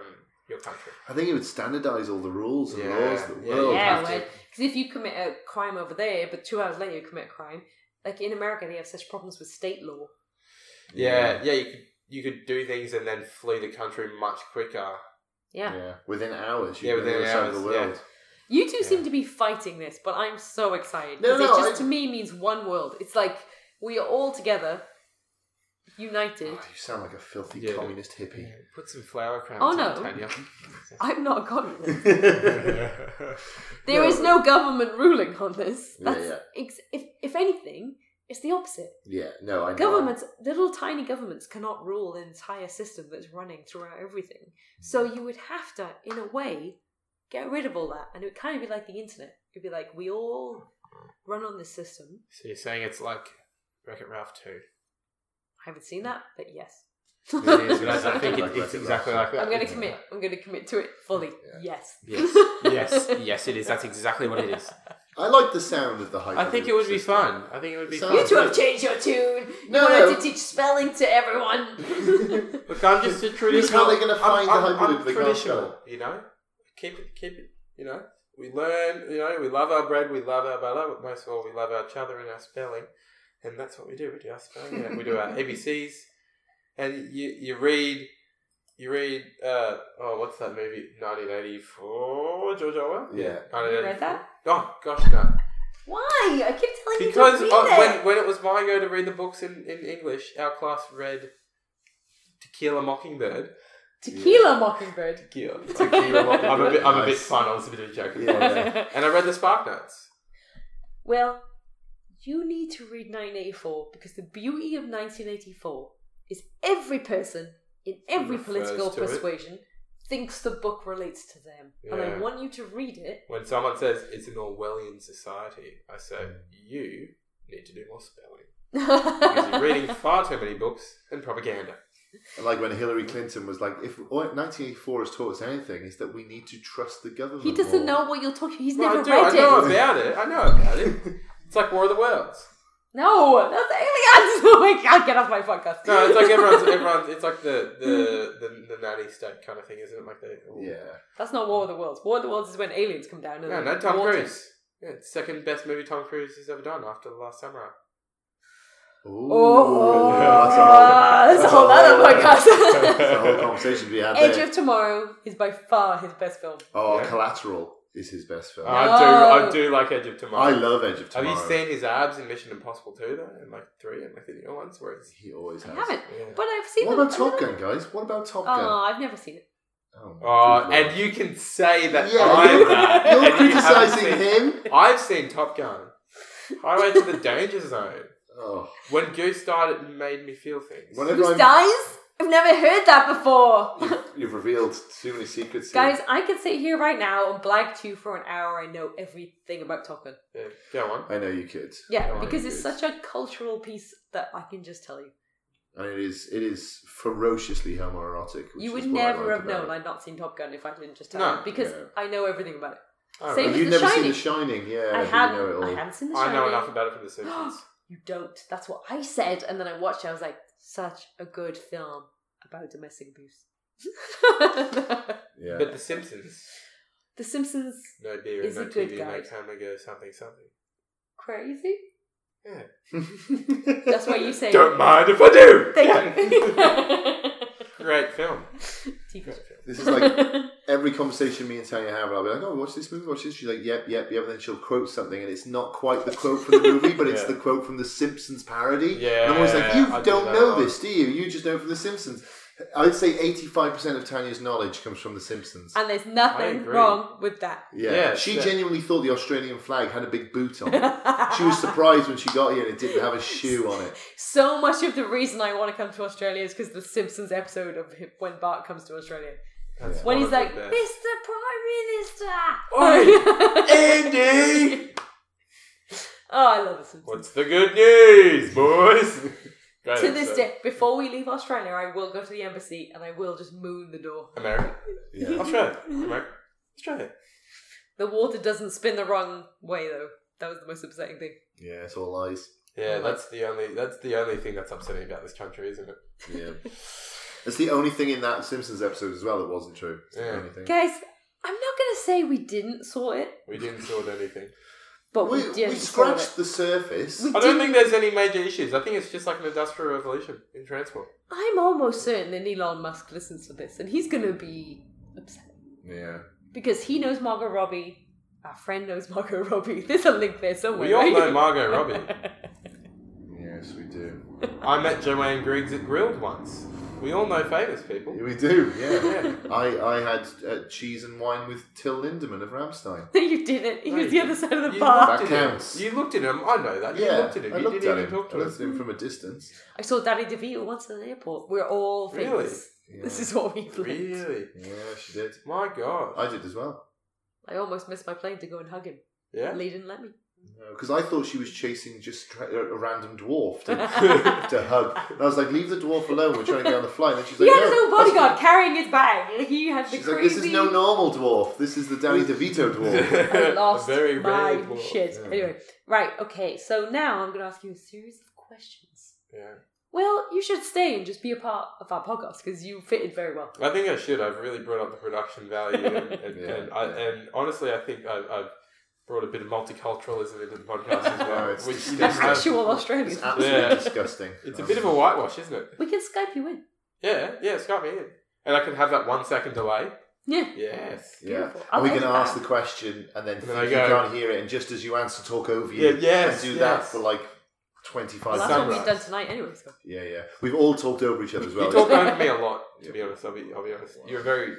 Speaker 3: your country.
Speaker 4: I think it would standardize all the rules and
Speaker 3: Yeah,
Speaker 4: laws of the
Speaker 3: yeah,
Speaker 4: world.
Speaker 3: you'd
Speaker 1: Yeah,
Speaker 3: have to-
Speaker 1: because if you commit a crime over there, but two hours later you commit a crime, like in America, they have such problems with state law.
Speaker 3: Yeah, yeah. You could you could do things and then flee the country much quicker.
Speaker 1: Yeah.
Speaker 4: Within hours,
Speaker 3: Yeah,
Speaker 4: you're
Speaker 3: within
Speaker 4: on the other side of the
Speaker 3: hours, yeah.
Speaker 4: world.
Speaker 1: You two seem
Speaker 3: Yeah.
Speaker 1: to be fighting this, but I'm so excited.
Speaker 4: No,
Speaker 1: because
Speaker 4: no,
Speaker 1: it just
Speaker 4: I-
Speaker 1: to me means one world. It's like we are all together, united.
Speaker 4: Oh, you sound like a filthy
Speaker 3: Yeah.
Speaker 4: communist hippie.
Speaker 3: Yeah, Put some flower crowns.
Speaker 1: Oh,
Speaker 3: on,
Speaker 1: no.
Speaker 3: Tanya.
Speaker 1: I'm not a communist.
Speaker 3: yeah,
Speaker 1: There
Speaker 4: No.
Speaker 1: is no government ruling on this.
Speaker 4: Yeah,
Speaker 1: That's, Ex- if, if anything, it's the opposite.
Speaker 4: Yeah, no, I know.
Speaker 1: Governments, little tiny governments, cannot rule an entire system that's running throughout everything. So you would have to, in a way, get rid of all that, and it would kind of be like the internet. It'd be like we all run on this system.
Speaker 3: So you're saying it's like Wreck It Ralph 2.
Speaker 1: I haven't seen that, but yes.
Speaker 4: It is,
Speaker 3: But I I think it, it's exactly like that.
Speaker 1: I'm going to commit. I'm going to commit to it fully. Yes.
Speaker 3: Yes. Yes, yes, it is. That's exactly what it is.
Speaker 4: I like the sound of the hyperloop.
Speaker 3: I think it would be
Speaker 4: system.
Speaker 3: fun. I think it would be
Speaker 4: Sounds
Speaker 3: fun.
Speaker 1: You two have changed your tune. You
Speaker 4: No,
Speaker 1: wanted
Speaker 4: no.
Speaker 1: to teach spelling to everyone.
Speaker 3: Look, I'm just a traditional.
Speaker 4: how they're gonna find
Speaker 3: I'm,
Speaker 4: the
Speaker 3: I'm,
Speaker 4: hyperloop
Speaker 3: I'm
Speaker 4: they can't
Speaker 3: traditional,
Speaker 4: spell
Speaker 3: you know. Keep it, keep it. You know, we learn. You know, we love our bread. We love our butter. But most of all, we love our chowder and our spelling, and that's what we do. We do our spelling. and we do our ABCs, and you you read. You read, uh, oh, what's that movie? 1984, George Orwell?
Speaker 4: Yeah.
Speaker 1: You read that?
Speaker 3: Oh, gosh, no.
Speaker 1: Why? I keep telling
Speaker 3: Because
Speaker 1: you
Speaker 3: uh,
Speaker 1: to read
Speaker 3: when,
Speaker 1: it.
Speaker 3: when it was my go to read the books in, in English, our class read To Kill a Mockingbird.
Speaker 1: Tequila Mockingbird.
Speaker 3: Tequila.
Speaker 4: To Kill a Mockingbird,
Speaker 3: I'm a bit, I'm a bit
Speaker 4: nice.
Speaker 3: fun. I was a bit of a joke.
Speaker 4: Yeah.
Speaker 3: And I read the Spark Notes.
Speaker 1: Well, you need to read 1984 because the beauty of 1984 is every person in every
Speaker 3: Refers
Speaker 1: political
Speaker 3: to it.
Speaker 1: persuasion thinks the book relates to them. And I
Speaker 3: Yeah.
Speaker 1: want you to read it.
Speaker 3: When someone says it's an Orwellian society, I say, you need to do more spelling. Because you're reading far too many books and propaganda.
Speaker 4: And like when Hillary Clinton was like, if all 1984 has taught us anything, is that we need to trust the government.
Speaker 1: he doesn't
Speaker 4: more.
Speaker 1: know what you're talking He's
Speaker 3: Well,
Speaker 1: never
Speaker 3: I, do,
Speaker 1: read
Speaker 3: I know
Speaker 1: it.
Speaker 3: about it. I know about it. It's like War of the Worlds.
Speaker 1: No, that's aliens. Oh my god, get off my podcast.
Speaker 3: No, it's like everyone's, everyone's it's like the, the, the, the nanny state kind of thing, isn't it? Like they all
Speaker 4: Yeah.
Speaker 1: That's not War of the Worlds. War of the Worlds is when aliens come down. And
Speaker 3: No, no Tom
Speaker 1: water.
Speaker 3: Cruise. Yeah, it's second best movie Tom Cruise has ever done after The Last Samurai.
Speaker 4: Ooh.
Speaker 1: Oh,
Speaker 4: that's
Speaker 1: that's a
Speaker 4: a whole-
Speaker 1: whole other
Speaker 4: That's a whole
Speaker 1: podcast.
Speaker 4: conversation to be had
Speaker 1: Edge
Speaker 4: there.
Speaker 1: of Tomorrow is by far his best film.
Speaker 4: oh,
Speaker 3: Yeah.
Speaker 4: Collateral is his best film.
Speaker 1: Uh,
Speaker 3: I do,
Speaker 1: No.
Speaker 3: I do like Edge of Tomorrow.
Speaker 4: I love Edge of
Speaker 3: Have
Speaker 4: Tomorrow.
Speaker 3: you seen his abs in Mission Impossible 2 though? And like 3 and like the newer ones where it's.
Speaker 4: He always
Speaker 1: I
Speaker 4: has.
Speaker 1: haven't,
Speaker 3: Yeah.
Speaker 1: but I've seen
Speaker 4: What
Speaker 1: them.
Speaker 4: about Top Gun, guys? What about Top Gun?
Speaker 1: Oh, I've never seen it.
Speaker 4: Oh,
Speaker 3: Oh,
Speaker 4: good
Speaker 3: and
Speaker 4: lord.
Speaker 3: you can say that
Speaker 4: Yeah,
Speaker 3: I'm
Speaker 4: you're-
Speaker 3: that. and
Speaker 4: You're
Speaker 3: you haven't
Speaker 4: criticizing
Speaker 3: seen-
Speaker 4: him?
Speaker 3: I've seen Top Gun. Highway to the Danger Zone.
Speaker 4: Oh,
Speaker 3: When Goose died, it made me feel things.
Speaker 4: Whenever
Speaker 1: Who
Speaker 4: I'm-
Speaker 1: dies? I've never heard that before.
Speaker 4: you've, you've revealed too many secrets. here.
Speaker 1: Guys, I could sit here right now and blag to you for an hour and know everything about Top Gun.
Speaker 3: Yeah, go on.
Speaker 4: I know you could.
Speaker 1: Yeah,
Speaker 3: Oh,
Speaker 1: because it's
Speaker 4: yes.
Speaker 1: such a cultural piece that I can just tell you.
Speaker 4: And it is it is ferociously homoerotic. Which
Speaker 1: you
Speaker 4: is
Speaker 1: would
Speaker 4: what I
Speaker 1: never
Speaker 4: like
Speaker 1: have
Speaker 4: about
Speaker 1: known
Speaker 4: it.
Speaker 1: I'd not seen Top Gun if I didn't just tell
Speaker 3: No,
Speaker 1: you because
Speaker 4: yeah.
Speaker 1: I know everything about it.
Speaker 3: All
Speaker 1: Same
Speaker 4: And
Speaker 1: with
Speaker 4: Oh, you've
Speaker 1: The
Speaker 4: never seen
Speaker 1: Shining.
Speaker 4: The Shining, yeah.
Speaker 1: I
Speaker 4: but
Speaker 1: had,
Speaker 4: You know it all.
Speaker 1: I hadn't seen The Shining.
Speaker 3: I know enough about it from The Simpsons.
Speaker 1: You don't. That's what I said, and then I watched it. I was like, such a good film about domestic abuse.
Speaker 4: Yeah.
Speaker 3: But The Simpsons.
Speaker 1: the Simpsons,
Speaker 3: No beer
Speaker 1: Is
Speaker 3: and no
Speaker 1: a good
Speaker 3: TV, no
Speaker 1: guide.
Speaker 3: hamburger, something, something.
Speaker 1: crazy.
Speaker 4: But
Speaker 1: That's what you say.
Speaker 3: Don't mind if I do.
Speaker 1: Thank you.
Speaker 3: Great film.
Speaker 1: TV
Speaker 3: Great
Speaker 1: show.
Speaker 3: film.
Speaker 4: This is like every conversation me and Tanya have. I'll be like, "Oh, watch this movie, watch this." She's like, "Yep, yep, yep." And then she'll quote something, and it's not quite the quote from the movie, but it's
Speaker 3: Yeah.
Speaker 4: the quote from the Simpsons parody.
Speaker 3: Yeah,
Speaker 4: And I'm always like, "You
Speaker 3: I do
Speaker 4: don't
Speaker 3: that
Speaker 4: know
Speaker 3: one.
Speaker 4: this, do you? You just know it from the Simpsons." I'd say eighty-five percent of Tanya's knowledge comes from the Simpsons.
Speaker 1: and there's
Speaker 3: I
Speaker 1: nothing
Speaker 3: agree.
Speaker 1: wrong with that.
Speaker 4: Yeah,
Speaker 3: Yeah,
Speaker 4: she
Speaker 3: yeah.
Speaker 4: genuinely thought the Australian flag had a big boot on. it. she was surprised when she got here and it didn't have a shoe on it.
Speaker 1: So much of the reason I want to come to Australia is because the Simpsons episode of him- when Bart comes to Australia.
Speaker 3: That's
Speaker 1: When
Speaker 3: one
Speaker 1: he's
Speaker 3: of the
Speaker 1: like, Mr.
Speaker 3: best.
Speaker 1: Prime
Speaker 3: Oi,
Speaker 1: Minister!
Speaker 3: Andy,
Speaker 1: oh, I love the Simpsons.
Speaker 3: what's the good news, boys? Great
Speaker 1: to this
Speaker 3: episode.
Speaker 1: day, before we leave Australia, I will go to the embassy and I will just moon the door.
Speaker 3: America,
Speaker 4: Yeah.
Speaker 3: Australia,
Speaker 1: Mm-hmm.
Speaker 3: America, Australia.
Speaker 1: The water doesn't spin the wrong way though. That was the most upsetting thing.
Speaker 4: Yeah, it's all lies.
Speaker 3: Yeah, that's the only that's the only thing that's upsetting about this country, isn't it?
Speaker 4: Yeah. That's the only thing in that Simpsons episode as well that wasn't true. It's the
Speaker 3: Yeah.
Speaker 4: only thing.
Speaker 1: Guys, I'm not gonna say we didn't sort it,
Speaker 3: We didn't sort anything.
Speaker 1: but we,
Speaker 4: We, we,
Speaker 1: did sort
Speaker 4: scratched
Speaker 1: it.
Speaker 4: the surface.
Speaker 1: We-
Speaker 3: I don't
Speaker 1: Didn't-
Speaker 3: think there's any major issues. I think it's just like an industrial revolution in transport.
Speaker 1: I'm almost certain that Elon Musk listens to this and he's gonna be upset.
Speaker 4: Yeah.
Speaker 1: Because he knows Margot Robbie, our friend knows Margot Robbie. There's a link there somewhere.
Speaker 3: We all
Speaker 1: right?
Speaker 3: know Margot Robbie.
Speaker 4: Yes, we do.
Speaker 3: I met Joanne Griggs at Grilled once. We all know famous people.
Speaker 4: We do, yeah.
Speaker 3: Yeah.
Speaker 4: I, I had uh, cheese and wine with Till Lindemann of Ramstein.
Speaker 1: you did it. He
Speaker 3: No,
Speaker 1: was
Speaker 3: you
Speaker 1: the other side of the
Speaker 3: You
Speaker 1: bar.
Speaker 4: That
Speaker 3: looked at
Speaker 4: counts.
Speaker 3: Him. You looked at him. I know that. You
Speaker 4: yeah,
Speaker 3: looked at him.
Speaker 4: I
Speaker 3: you
Speaker 4: looked
Speaker 3: didn't
Speaker 4: at
Speaker 3: even
Speaker 4: him.
Speaker 3: talk
Speaker 4: I
Speaker 3: to
Speaker 4: looked at
Speaker 3: him.
Speaker 4: him from a distance.
Speaker 1: I saw Danny DeVito once at an airport. We're all famous.
Speaker 3: Really?
Speaker 4: Yeah.
Speaker 1: This is what we've learned.
Speaker 3: Really?
Speaker 4: yeah, she did.
Speaker 3: My God.
Speaker 4: I did as well.
Speaker 1: I almost missed my plane to go and hug him.
Speaker 3: yeah.
Speaker 1: Lee didn't let me.
Speaker 4: Because I thought she was chasing just tra- a a random dwarf to, to hug. And I was like, leave the dwarf alone. We're trying to get on the flight. And she's
Speaker 1: He
Speaker 4: like,
Speaker 1: had
Speaker 4: no,
Speaker 1: his own
Speaker 4: that's-
Speaker 1: bodyguard carrying his bag. He had the
Speaker 4: She's like,
Speaker 1: crazy.
Speaker 4: this is no normal dwarf. This is the Danny DeVito dwarf.
Speaker 1: I lost
Speaker 3: very
Speaker 1: my
Speaker 3: rare dwarf.
Speaker 1: shit.
Speaker 4: Yeah.
Speaker 1: Anyway, right, okay. So now I'm going to ask you a series of questions.
Speaker 3: Yeah.
Speaker 1: Well, you should stay and just be a part of our podcast because you fitted very well.
Speaker 3: I think I should. I've really brought up the production value, and, and,
Speaker 4: Yeah.
Speaker 3: and, I, and honestly, I think I've, I've brought a bit of multiculturalism into the podcast as well.
Speaker 4: No, it's
Speaker 3: which
Speaker 4: disgusting.
Speaker 3: you don't have.
Speaker 1: Actual Australian.
Speaker 4: It's absolutely
Speaker 3: Yeah.
Speaker 4: disgusting.
Speaker 3: It's a bit of a whitewash, isn't it?
Speaker 1: We can Skype you in.
Speaker 3: Yeah, yeah, Skype me in. And I can have that one second delay.
Speaker 1: Yeah.
Speaker 3: Yes.
Speaker 4: Yeah.
Speaker 1: Beautiful. I'll
Speaker 4: And we can
Speaker 1: edit
Speaker 4: ask the
Speaker 1: that.
Speaker 4: question and then
Speaker 3: And
Speaker 4: think
Speaker 3: I
Speaker 4: you
Speaker 3: go-
Speaker 4: can't hear it. And just as you answer, talk over you.
Speaker 3: Yeah, yes,
Speaker 4: And do that
Speaker 3: yes.
Speaker 4: for like
Speaker 1: Well,
Speaker 4: 25
Speaker 1: that's what
Speaker 4: seconds.
Speaker 1: we've done tonight anyway. So.
Speaker 4: Yeah, yeah. We've all talked over each other as well.
Speaker 3: you talk over me a lot, to be honest. I'll be, I'll be honest. You're a very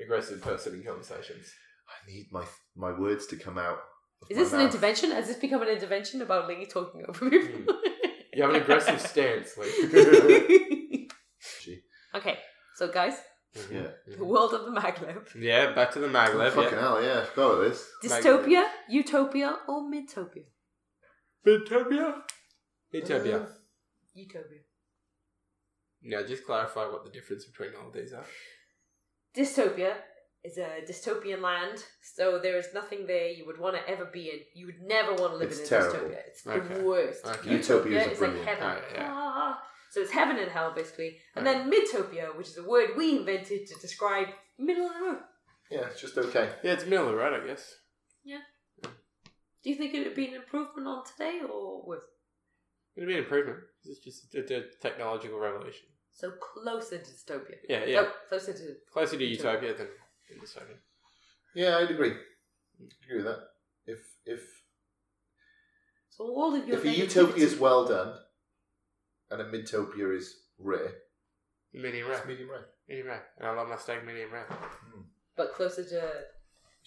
Speaker 3: aggressive person in conversations.
Speaker 4: I need my my words to come out. of
Speaker 1: Is
Speaker 4: my
Speaker 1: this an
Speaker 4: mouth.
Speaker 1: intervention? Has this become an intervention about Lingy talking over people?
Speaker 3: You have an aggressive stance, like.
Speaker 1: okay, so guys,
Speaker 3: Mm-hmm.
Speaker 4: Yeah.
Speaker 1: the world of the maglev.
Speaker 3: Yeah, back to the mag
Speaker 4: Oh, fucking hell, yeah. I forgot about this.
Speaker 1: Dystopia, utopia, or midtopia?
Speaker 3: Utopia. Utopia.
Speaker 1: Utopia.
Speaker 3: Now, just clarify what the difference between all of these are.
Speaker 1: dystopia is a dystopian land, so there is nothing there you would want to ever be in. You would never want to live
Speaker 4: It's
Speaker 1: in a
Speaker 4: terrible.
Speaker 1: dystopia. It's
Speaker 3: Okay.
Speaker 1: the worst.
Speaker 3: Okay.
Speaker 4: Utopias are
Speaker 1: is like
Speaker 4: brilliant.
Speaker 1: heaven.
Speaker 3: Alright, yeah.
Speaker 1: Ah. so it's heaven and hell basically. And
Speaker 3: Alright.
Speaker 1: then midtopia, which is a word we invented to describe middle of the road.
Speaker 4: Yeah, it's just okay.
Speaker 3: Yeah, it's middle of the road, I guess.
Speaker 1: Do you think it would be an improvement on today or worse?
Speaker 3: It'd be an improvement. It's just a, a technological revolution.
Speaker 1: So closer to dystopia.
Speaker 3: Yeah, yeah.
Speaker 1: No, closer to
Speaker 3: Closer to
Speaker 1: Utopia.
Speaker 3: utopia than, than dystopia.
Speaker 4: Yeah, I'd agree. agree with that. If if
Speaker 1: so all of your
Speaker 4: if a
Speaker 1: negativity-
Speaker 4: utopia is well done, and a midtopia is rare,
Speaker 3: Medium
Speaker 4: it's
Speaker 3: rare.
Speaker 4: medium rare.
Speaker 3: Medium rare. And I love my steak medium rare.
Speaker 1: but closer to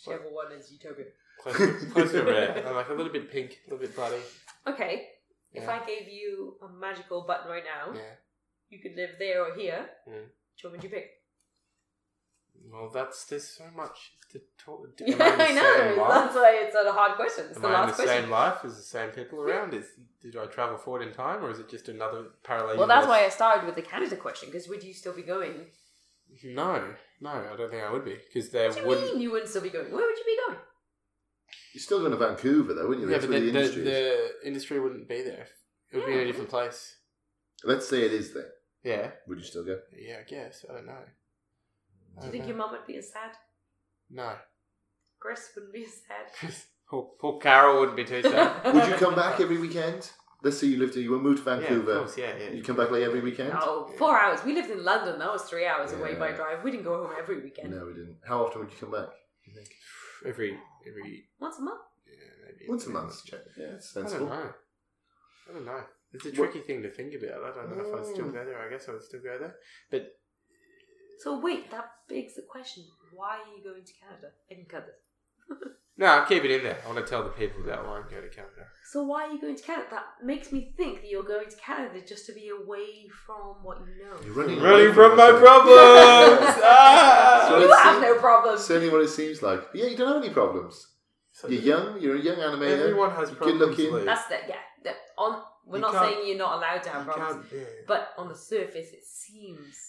Speaker 1: whichever one is utopia.
Speaker 3: Closer, closer to rare. I'm like a little bit pink, a little bit bloody.
Speaker 1: Okay. If
Speaker 3: Yeah.
Speaker 1: I gave you a magical button right now,
Speaker 3: Yeah.
Speaker 1: you could live there or here.
Speaker 3: Mm.
Speaker 1: Which one would you pick?
Speaker 3: Well, that's there's so much to talk.
Speaker 1: Yeah,
Speaker 3: Am in the
Speaker 1: I
Speaker 3: same
Speaker 1: know.
Speaker 3: life?
Speaker 1: That's why it's a hard question. It's
Speaker 3: Am
Speaker 1: the
Speaker 3: I in the
Speaker 1: last question.
Speaker 3: same life as the same people around? Is did I travel forward in time, or is it just another parallel?
Speaker 1: Well, that's why I
Speaker 3: universe?
Speaker 1: started with the Canada question because would you still be going?
Speaker 3: No, no, I don't think I would be because there
Speaker 1: What do you
Speaker 3: wouldn't.
Speaker 1: mean you wouldn't still be going? Where would you be going?
Speaker 4: You're still going to Vancouver though, wouldn't you?
Speaker 3: Yeah,
Speaker 4: That's
Speaker 3: but
Speaker 4: where
Speaker 3: the,
Speaker 4: the,
Speaker 3: the,
Speaker 4: industry is.
Speaker 3: the industry wouldn't be there. It would be in a
Speaker 1: Yeah.
Speaker 3: different place.
Speaker 4: Let's say it is there.
Speaker 3: Yeah,
Speaker 4: Would you still go?
Speaker 3: yeah, I guess. I don't know. I
Speaker 1: Do you
Speaker 3: don't
Speaker 1: think
Speaker 3: know.
Speaker 1: your mum would be as sad?
Speaker 3: No.
Speaker 1: Chris wouldn't be as sad.
Speaker 3: poor, poor Carol wouldn't be too sad.
Speaker 4: Would you come back every weekend? Let's say you lived you moved to Vancouver.
Speaker 3: Yeah, of course, yeah, yeah.
Speaker 4: You come back like every weekend?
Speaker 1: No, four hours. We lived in London. That was three hours away by
Speaker 4: Yeah.
Speaker 1: drive. We didn't go home every weekend.
Speaker 4: No, we didn't. How often would you come back? do you think?
Speaker 3: Every, every,
Speaker 1: Once a month.
Speaker 3: yeah, maybe.
Speaker 4: Once a month. check. Yeah, it's
Speaker 3: I don't
Speaker 4: sensible.
Speaker 3: know. I don't know. It's a tricky thing to think about. I don't know if I'd
Speaker 4: Mm.
Speaker 3: still go there. I guess I would still go there. But
Speaker 1: So wait, that begs the question: Why are you going to Canada? I can cut this.
Speaker 3: no, I'll keep it in there. I want to tell the people that why I'm going to Canada.
Speaker 1: So why are you going to Canada? That makes me think that you're going to Canada just to be away from what you know.
Speaker 4: You're running,
Speaker 3: Running
Speaker 4: away
Speaker 3: from my
Speaker 4: yourself.
Speaker 3: problems.
Speaker 4: So
Speaker 3: ah!
Speaker 1: You
Speaker 4: it's-
Speaker 1: have no problems.
Speaker 4: Certainly what it seems like. But yeah, you don't have any problems.
Speaker 3: So
Speaker 4: You're young, you're a young animator.
Speaker 3: Everyone has
Speaker 4: You're
Speaker 3: problems.
Speaker 4: good-looking.
Speaker 3: Lou.
Speaker 1: That's the yeah. that- on we're
Speaker 3: You
Speaker 1: not
Speaker 3: can't-
Speaker 1: saying you're not allowed to have
Speaker 3: You
Speaker 1: problems,
Speaker 3: can't- yeah.
Speaker 1: but on the surface it seems.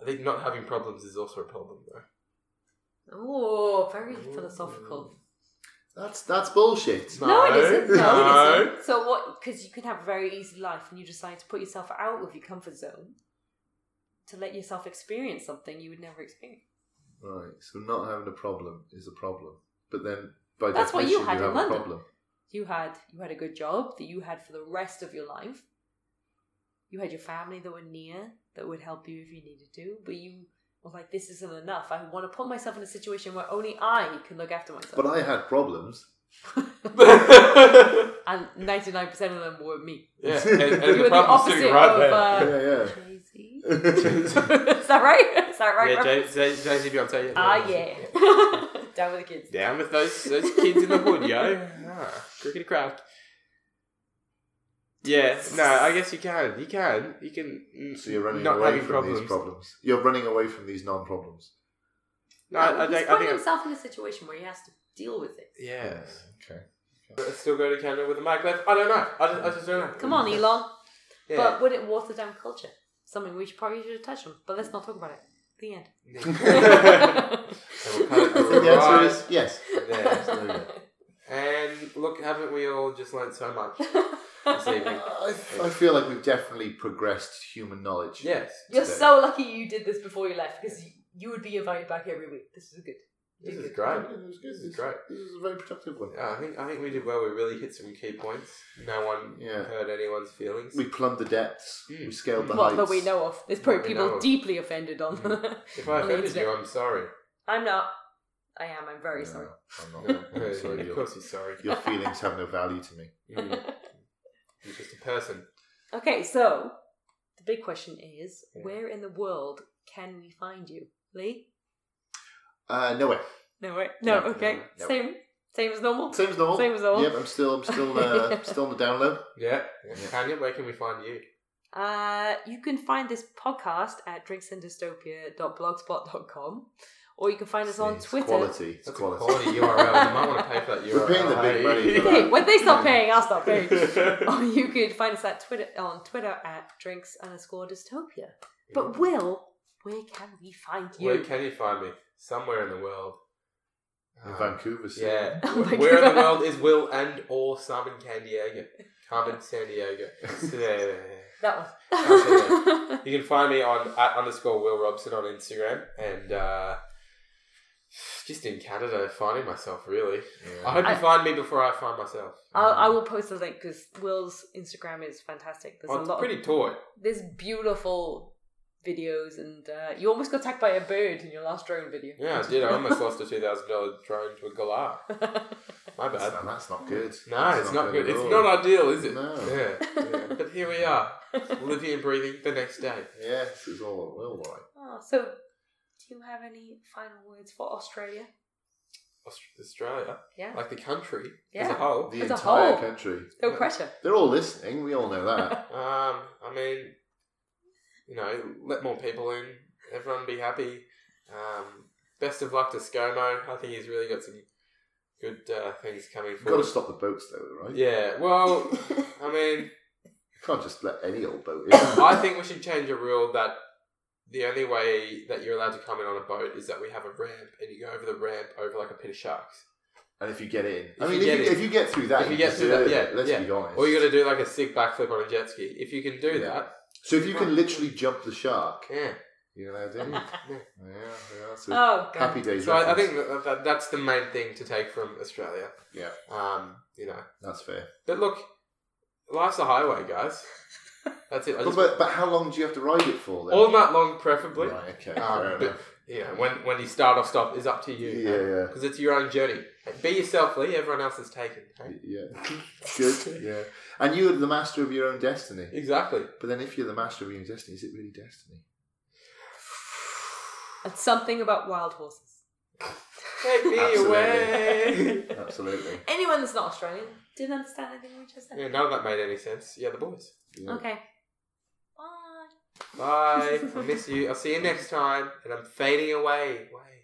Speaker 3: I think not having problems is also a problem, though.
Speaker 1: Oh, very philosophical.
Speaker 4: That's that's bullshit.
Speaker 3: No.
Speaker 1: No, it isn't. No,
Speaker 3: No.
Speaker 1: it isn't. So what? Because you can have a very easy life, and you decide to put yourself out of your comfort zone to let yourself experience something you would never experience.
Speaker 4: Right. So not having a problem is a problem. But then by
Speaker 1: That's what you
Speaker 4: definition,
Speaker 1: had in
Speaker 4: have a
Speaker 1: London.
Speaker 4: problem.
Speaker 1: You had you had a good job that you had for the rest of your life. You had your family that were near that would help you if you needed to, but you were like, "This isn't enough. I want to put myself in a situation where only I can look after myself."
Speaker 4: But I had problems.
Speaker 1: and ninety nine percent of them were me.
Speaker 3: yeah, and, and
Speaker 1: You were
Speaker 3: the
Speaker 1: the
Speaker 3: problem's
Speaker 1: opposite
Speaker 3: sitting right
Speaker 1: of
Speaker 3: there.
Speaker 1: uh,
Speaker 4: yeah,
Speaker 1: Jay Z.
Speaker 4: yeah.
Speaker 1: Is that right? Is that right?
Speaker 3: yeah,
Speaker 1: Rob?
Speaker 3: Jay- Jay- Jay-Z Beyonce. Yeah,
Speaker 1: Ah, yeah. Down with the kids.
Speaker 3: Down with those those kids in the hood, yo. Ah, cricket craft. Yeah, no, I guess you can. You can. You can.
Speaker 4: so you're running
Speaker 3: not
Speaker 4: away
Speaker 3: having
Speaker 4: from
Speaker 3: problems.
Speaker 4: these problems. You're running away from these non-problems.
Speaker 3: No, I, I,
Speaker 1: he's
Speaker 3: think- I
Speaker 1: putting
Speaker 3: think.
Speaker 1: himself in a situation where he has to deal with it.
Speaker 3: Yes.
Speaker 4: Okay.
Speaker 3: But still go to Canada with a mag left? I don't know. I just, I just don't know.
Speaker 1: Come on, Elon.
Speaker 3: Yeah.
Speaker 1: But would it water down culture? Something we should probably should have touched on, but let's not talk about it. The end.
Speaker 3: So we'll cut it
Speaker 4: I think the answer is yes.
Speaker 3: there. And look, haven't we all just learned so much this evening?
Speaker 4: I, I feel like we've definitely progressed human knowledge.
Speaker 3: Yes.
Speaker 1: You're
Speaker 4: Today.
Speaker 1: so lucky you did this before you left because you, you would be invited back every week. This is good.
Speaker 3: This
Speaker 1: You're
Speaker 3: is
Speaker 1: good.
Speaker 3: great.
Speaker 4: Yeah, it was good.
Speaker 3: This is great.
Speaker 4: This is a very productive one.
Speaker 3: Yeah, I think I think we did well. We really hit some key points. No one
Speaker 4: Yeah.
Speaker 3: hurt anyone's feelings.
Speaker 4: We plumbed the depths.
Speaker 3: Mm.
Speaker 4: We scaled the
Speaker 1: Well,
Speaker 4: heights.
Speaker 1: that we know of. There's probably
Speaker 3: What we know
Speaker 1: people
Speaker 3: of. Mm.
Speaker 1: deeply offended on.
Speaker 3: if I
Speaker 1: on the
Speaker 3: offended you,
Speaker 1: internet.
Speaker 3: I'm sorry.
Speaker 1: I'm not. I am. I'm very
Speaker 4: No,
Speaker 1: sorry.
Speaker 4: I'm not. I'm sorry.
Speaker 3: of
Speaker 4: Your,
Speaker 3: course, he's sorry.
Speaker 4: your feelings have no value to me.
Speaker 3: Mm. You're just a person.
Speaker 1: Okay, so the big question is
Speaker 3: Yeah.
Speaker 1: where in the world can we find you? Lee?
Speaker 4: Uh, no way.
Speaker 1: No, wait. No,
Speaker 4: No,
Speaker 1: okay.
Speaker 4: no, no.
Speaker 1: Same same as normal.
Speaker 4: Same as normal.
Speaker 1: Same as normal.
Speaker 4: Yep, I'm still, I'm still, uh, still on the download.
Speaker 3: Yeah.
Speaker 4: Yeah.
Speaker 3: Tanya, where can we find you?
Speaker 1: Uh, you can find this podcast at drinksandystopia.blogspot.com or you can find us on
Speaker 4: It's
Speaker 1: Twitter.
Speaker 4: quality. It's
Speaker 3: That's a
Speaker 4: quality.
Speaker 3: quality URL. You might want to pay for that URL.
Speaker 4: We're paying the big money for
Speaker 1: Hey, when they stop
Speaker 4: Yeah.
Speaker 1: paying, I'll stop paying.
Speaker 3: that.
Speaker 1: or you could find us at Twitter on Twitter at drinks underscore dystopia. But Will, where can we find you?
Speaker 3: Where can you find me? Somewhere in the world.
Speaker 4: In
Speaker 3: Um,
Speaker 4: Vancouver. so-
Speaker 3: Yeah.
Speaker 1: Oh my
Speaker 3: Where in the
Speaker 1: God.
Speaker 3: world is Will and or Simon San Diego? Carmen San Diego.
Speaker 1: That one.
Speaker 3: Okay. you can find me on at underscore Will Robson on Instagram and uh, just in Canada finding myself really. I hope
Speaker 4: Yeah.
Speaker 3: you
Speaker 1: I-
Speaker 3: find me before I find myself.
Speaker 1: I'll, I will post the link because Will's Instagram is fantastic. There's
Speaker 3: Oh,
Speaker 1: a
Speaker 3: it's
Speaker 1: lot of
Speaker 3: pretty taut.
Speaker 1: there's beautiful videos, and uh, you almost got attacked by a bird in your last drone video.
Speaker 3: Yeah, I did. I almost lost a two thousand dollar drone to a galah. My bad.
Speaker 4: That's, that's not good.
Speaker 3: No,
Speaker 4: That's
Speaker 3: it's not, good.
Speaker 4: at
Speaker 3: It's
Speaker 4: all.
Speaker 3: not ideal, is it?
Speaker 4: No.
Speaker 3: Yeah. yeah. But here we are, living and breathing the next day.
Speaker 4: Yes, it's all well like.
Speaker 1: Oh, so, do you have any final words for Australia?
Speaker 3: Aust- Australia,
Speaker 1: Yeah.
Speaker 3: like the country as
Speaker 1: Yeah.
Speaker 3: a whole.
Speaker 4: The
Speaker 1: As a
Speaker 4: entire
Speaker 1: whole.
Speaker 4: country.
Speaker 1: No pressure.
Speaker 4: They're all listening. We all know that.
Speaker 3: Um, I mean, you know, let more people in. Everyone be happy. Um, best of luck to ScoMo. I think he's really got some good uh, things coming
Speaker 4: You've got
Speaker 3: forward.
Speaker 4: to stop the boats, though, right?
Speaker 3: Yeah. Well, I mean,
Speaker 4: You can't just let any old boat in.
Speaker 3: I think we should change a rule that the only way that you're allowed to come in on a boat is that we have a ramp and you go over the ramp over like a pit of sharks.
Speaker 4: and if you get in, I mean,
Speaker 3: If you
Speaker 4: if,
Speaker 3: get
Speaker 4: you,
Speaker 3: in.
Speaker 4: if you get through that,
Speaker 3: If you
Speaker 4: can
Speaker 3: get through
Speaker 4: do
Speaker 3: that,
Speaker 4: it.
Speaker 3: yeah,
Speaker 4: Let's
Speaker 3: yeah.
Speaker 4: be honest.
Speaker 3: Or you got to do like a sick backflip on a jet ski. If you can do
Speaker 4: Yeah.
Speaker 3: that,
Speaker 4: so if you can literally jump the shark,
Speaker 3: yeah.
Speaker 4: you know, then yeah, yeah. So
Speaker 1: Oh god.
Speaker 4: happy days.
Speaker 3: So I, I
Speaker 4: reference.
Speaker 3: think that, that that's the main thing to take from Australia.
Speaker 4: Yeah.
Speaker 3: Um, you know,
Speaker 4: that's fair.
Speaker 3: but look, life's a highway, guys. That's it. I
Speaker 4: But,
Speaker 3: just,
Speaker 4: but, but how long do you have to ride it for? Then?
Speaker 3: all night long, preferably.
Speaker 4: right, okay,
Speaker 3: Um,
Speaker 4: fair
Speaker 3: but-
Speaker 4: enough.
Speaker 3: You know, when when you start off, stop is up to you.
Speaker 4: Yeah,
Speaker 3: Because it's your own journey. Be yourself, Lee. Everyone else is taken.
Speaker 4: yeah,
Speaker 3: hey?
Speaker 4: yeah. Good. Yeah, and you're the master of your own destiny.
Speaker 3: Exactly.
Speaker 4: But then, if you're the master of your own destiny, is it really destiny?
Speaker 1: And something about wild horses.
Speaker 3: Take me away.
Speaker 1: Absolutely.
Speaker 4: Absolutely.
Speaker 1: Anyone that's not Australian didn't understand anything we just said.
Speaker 3: yeah, none of that made any sense. Yeah, the boys.
Speaker 4: Yeah.
Speaker 1: Okay. Bye.
Speaker 3: Bye. I miss you. I'll see you next time. And I'm fading away. Way.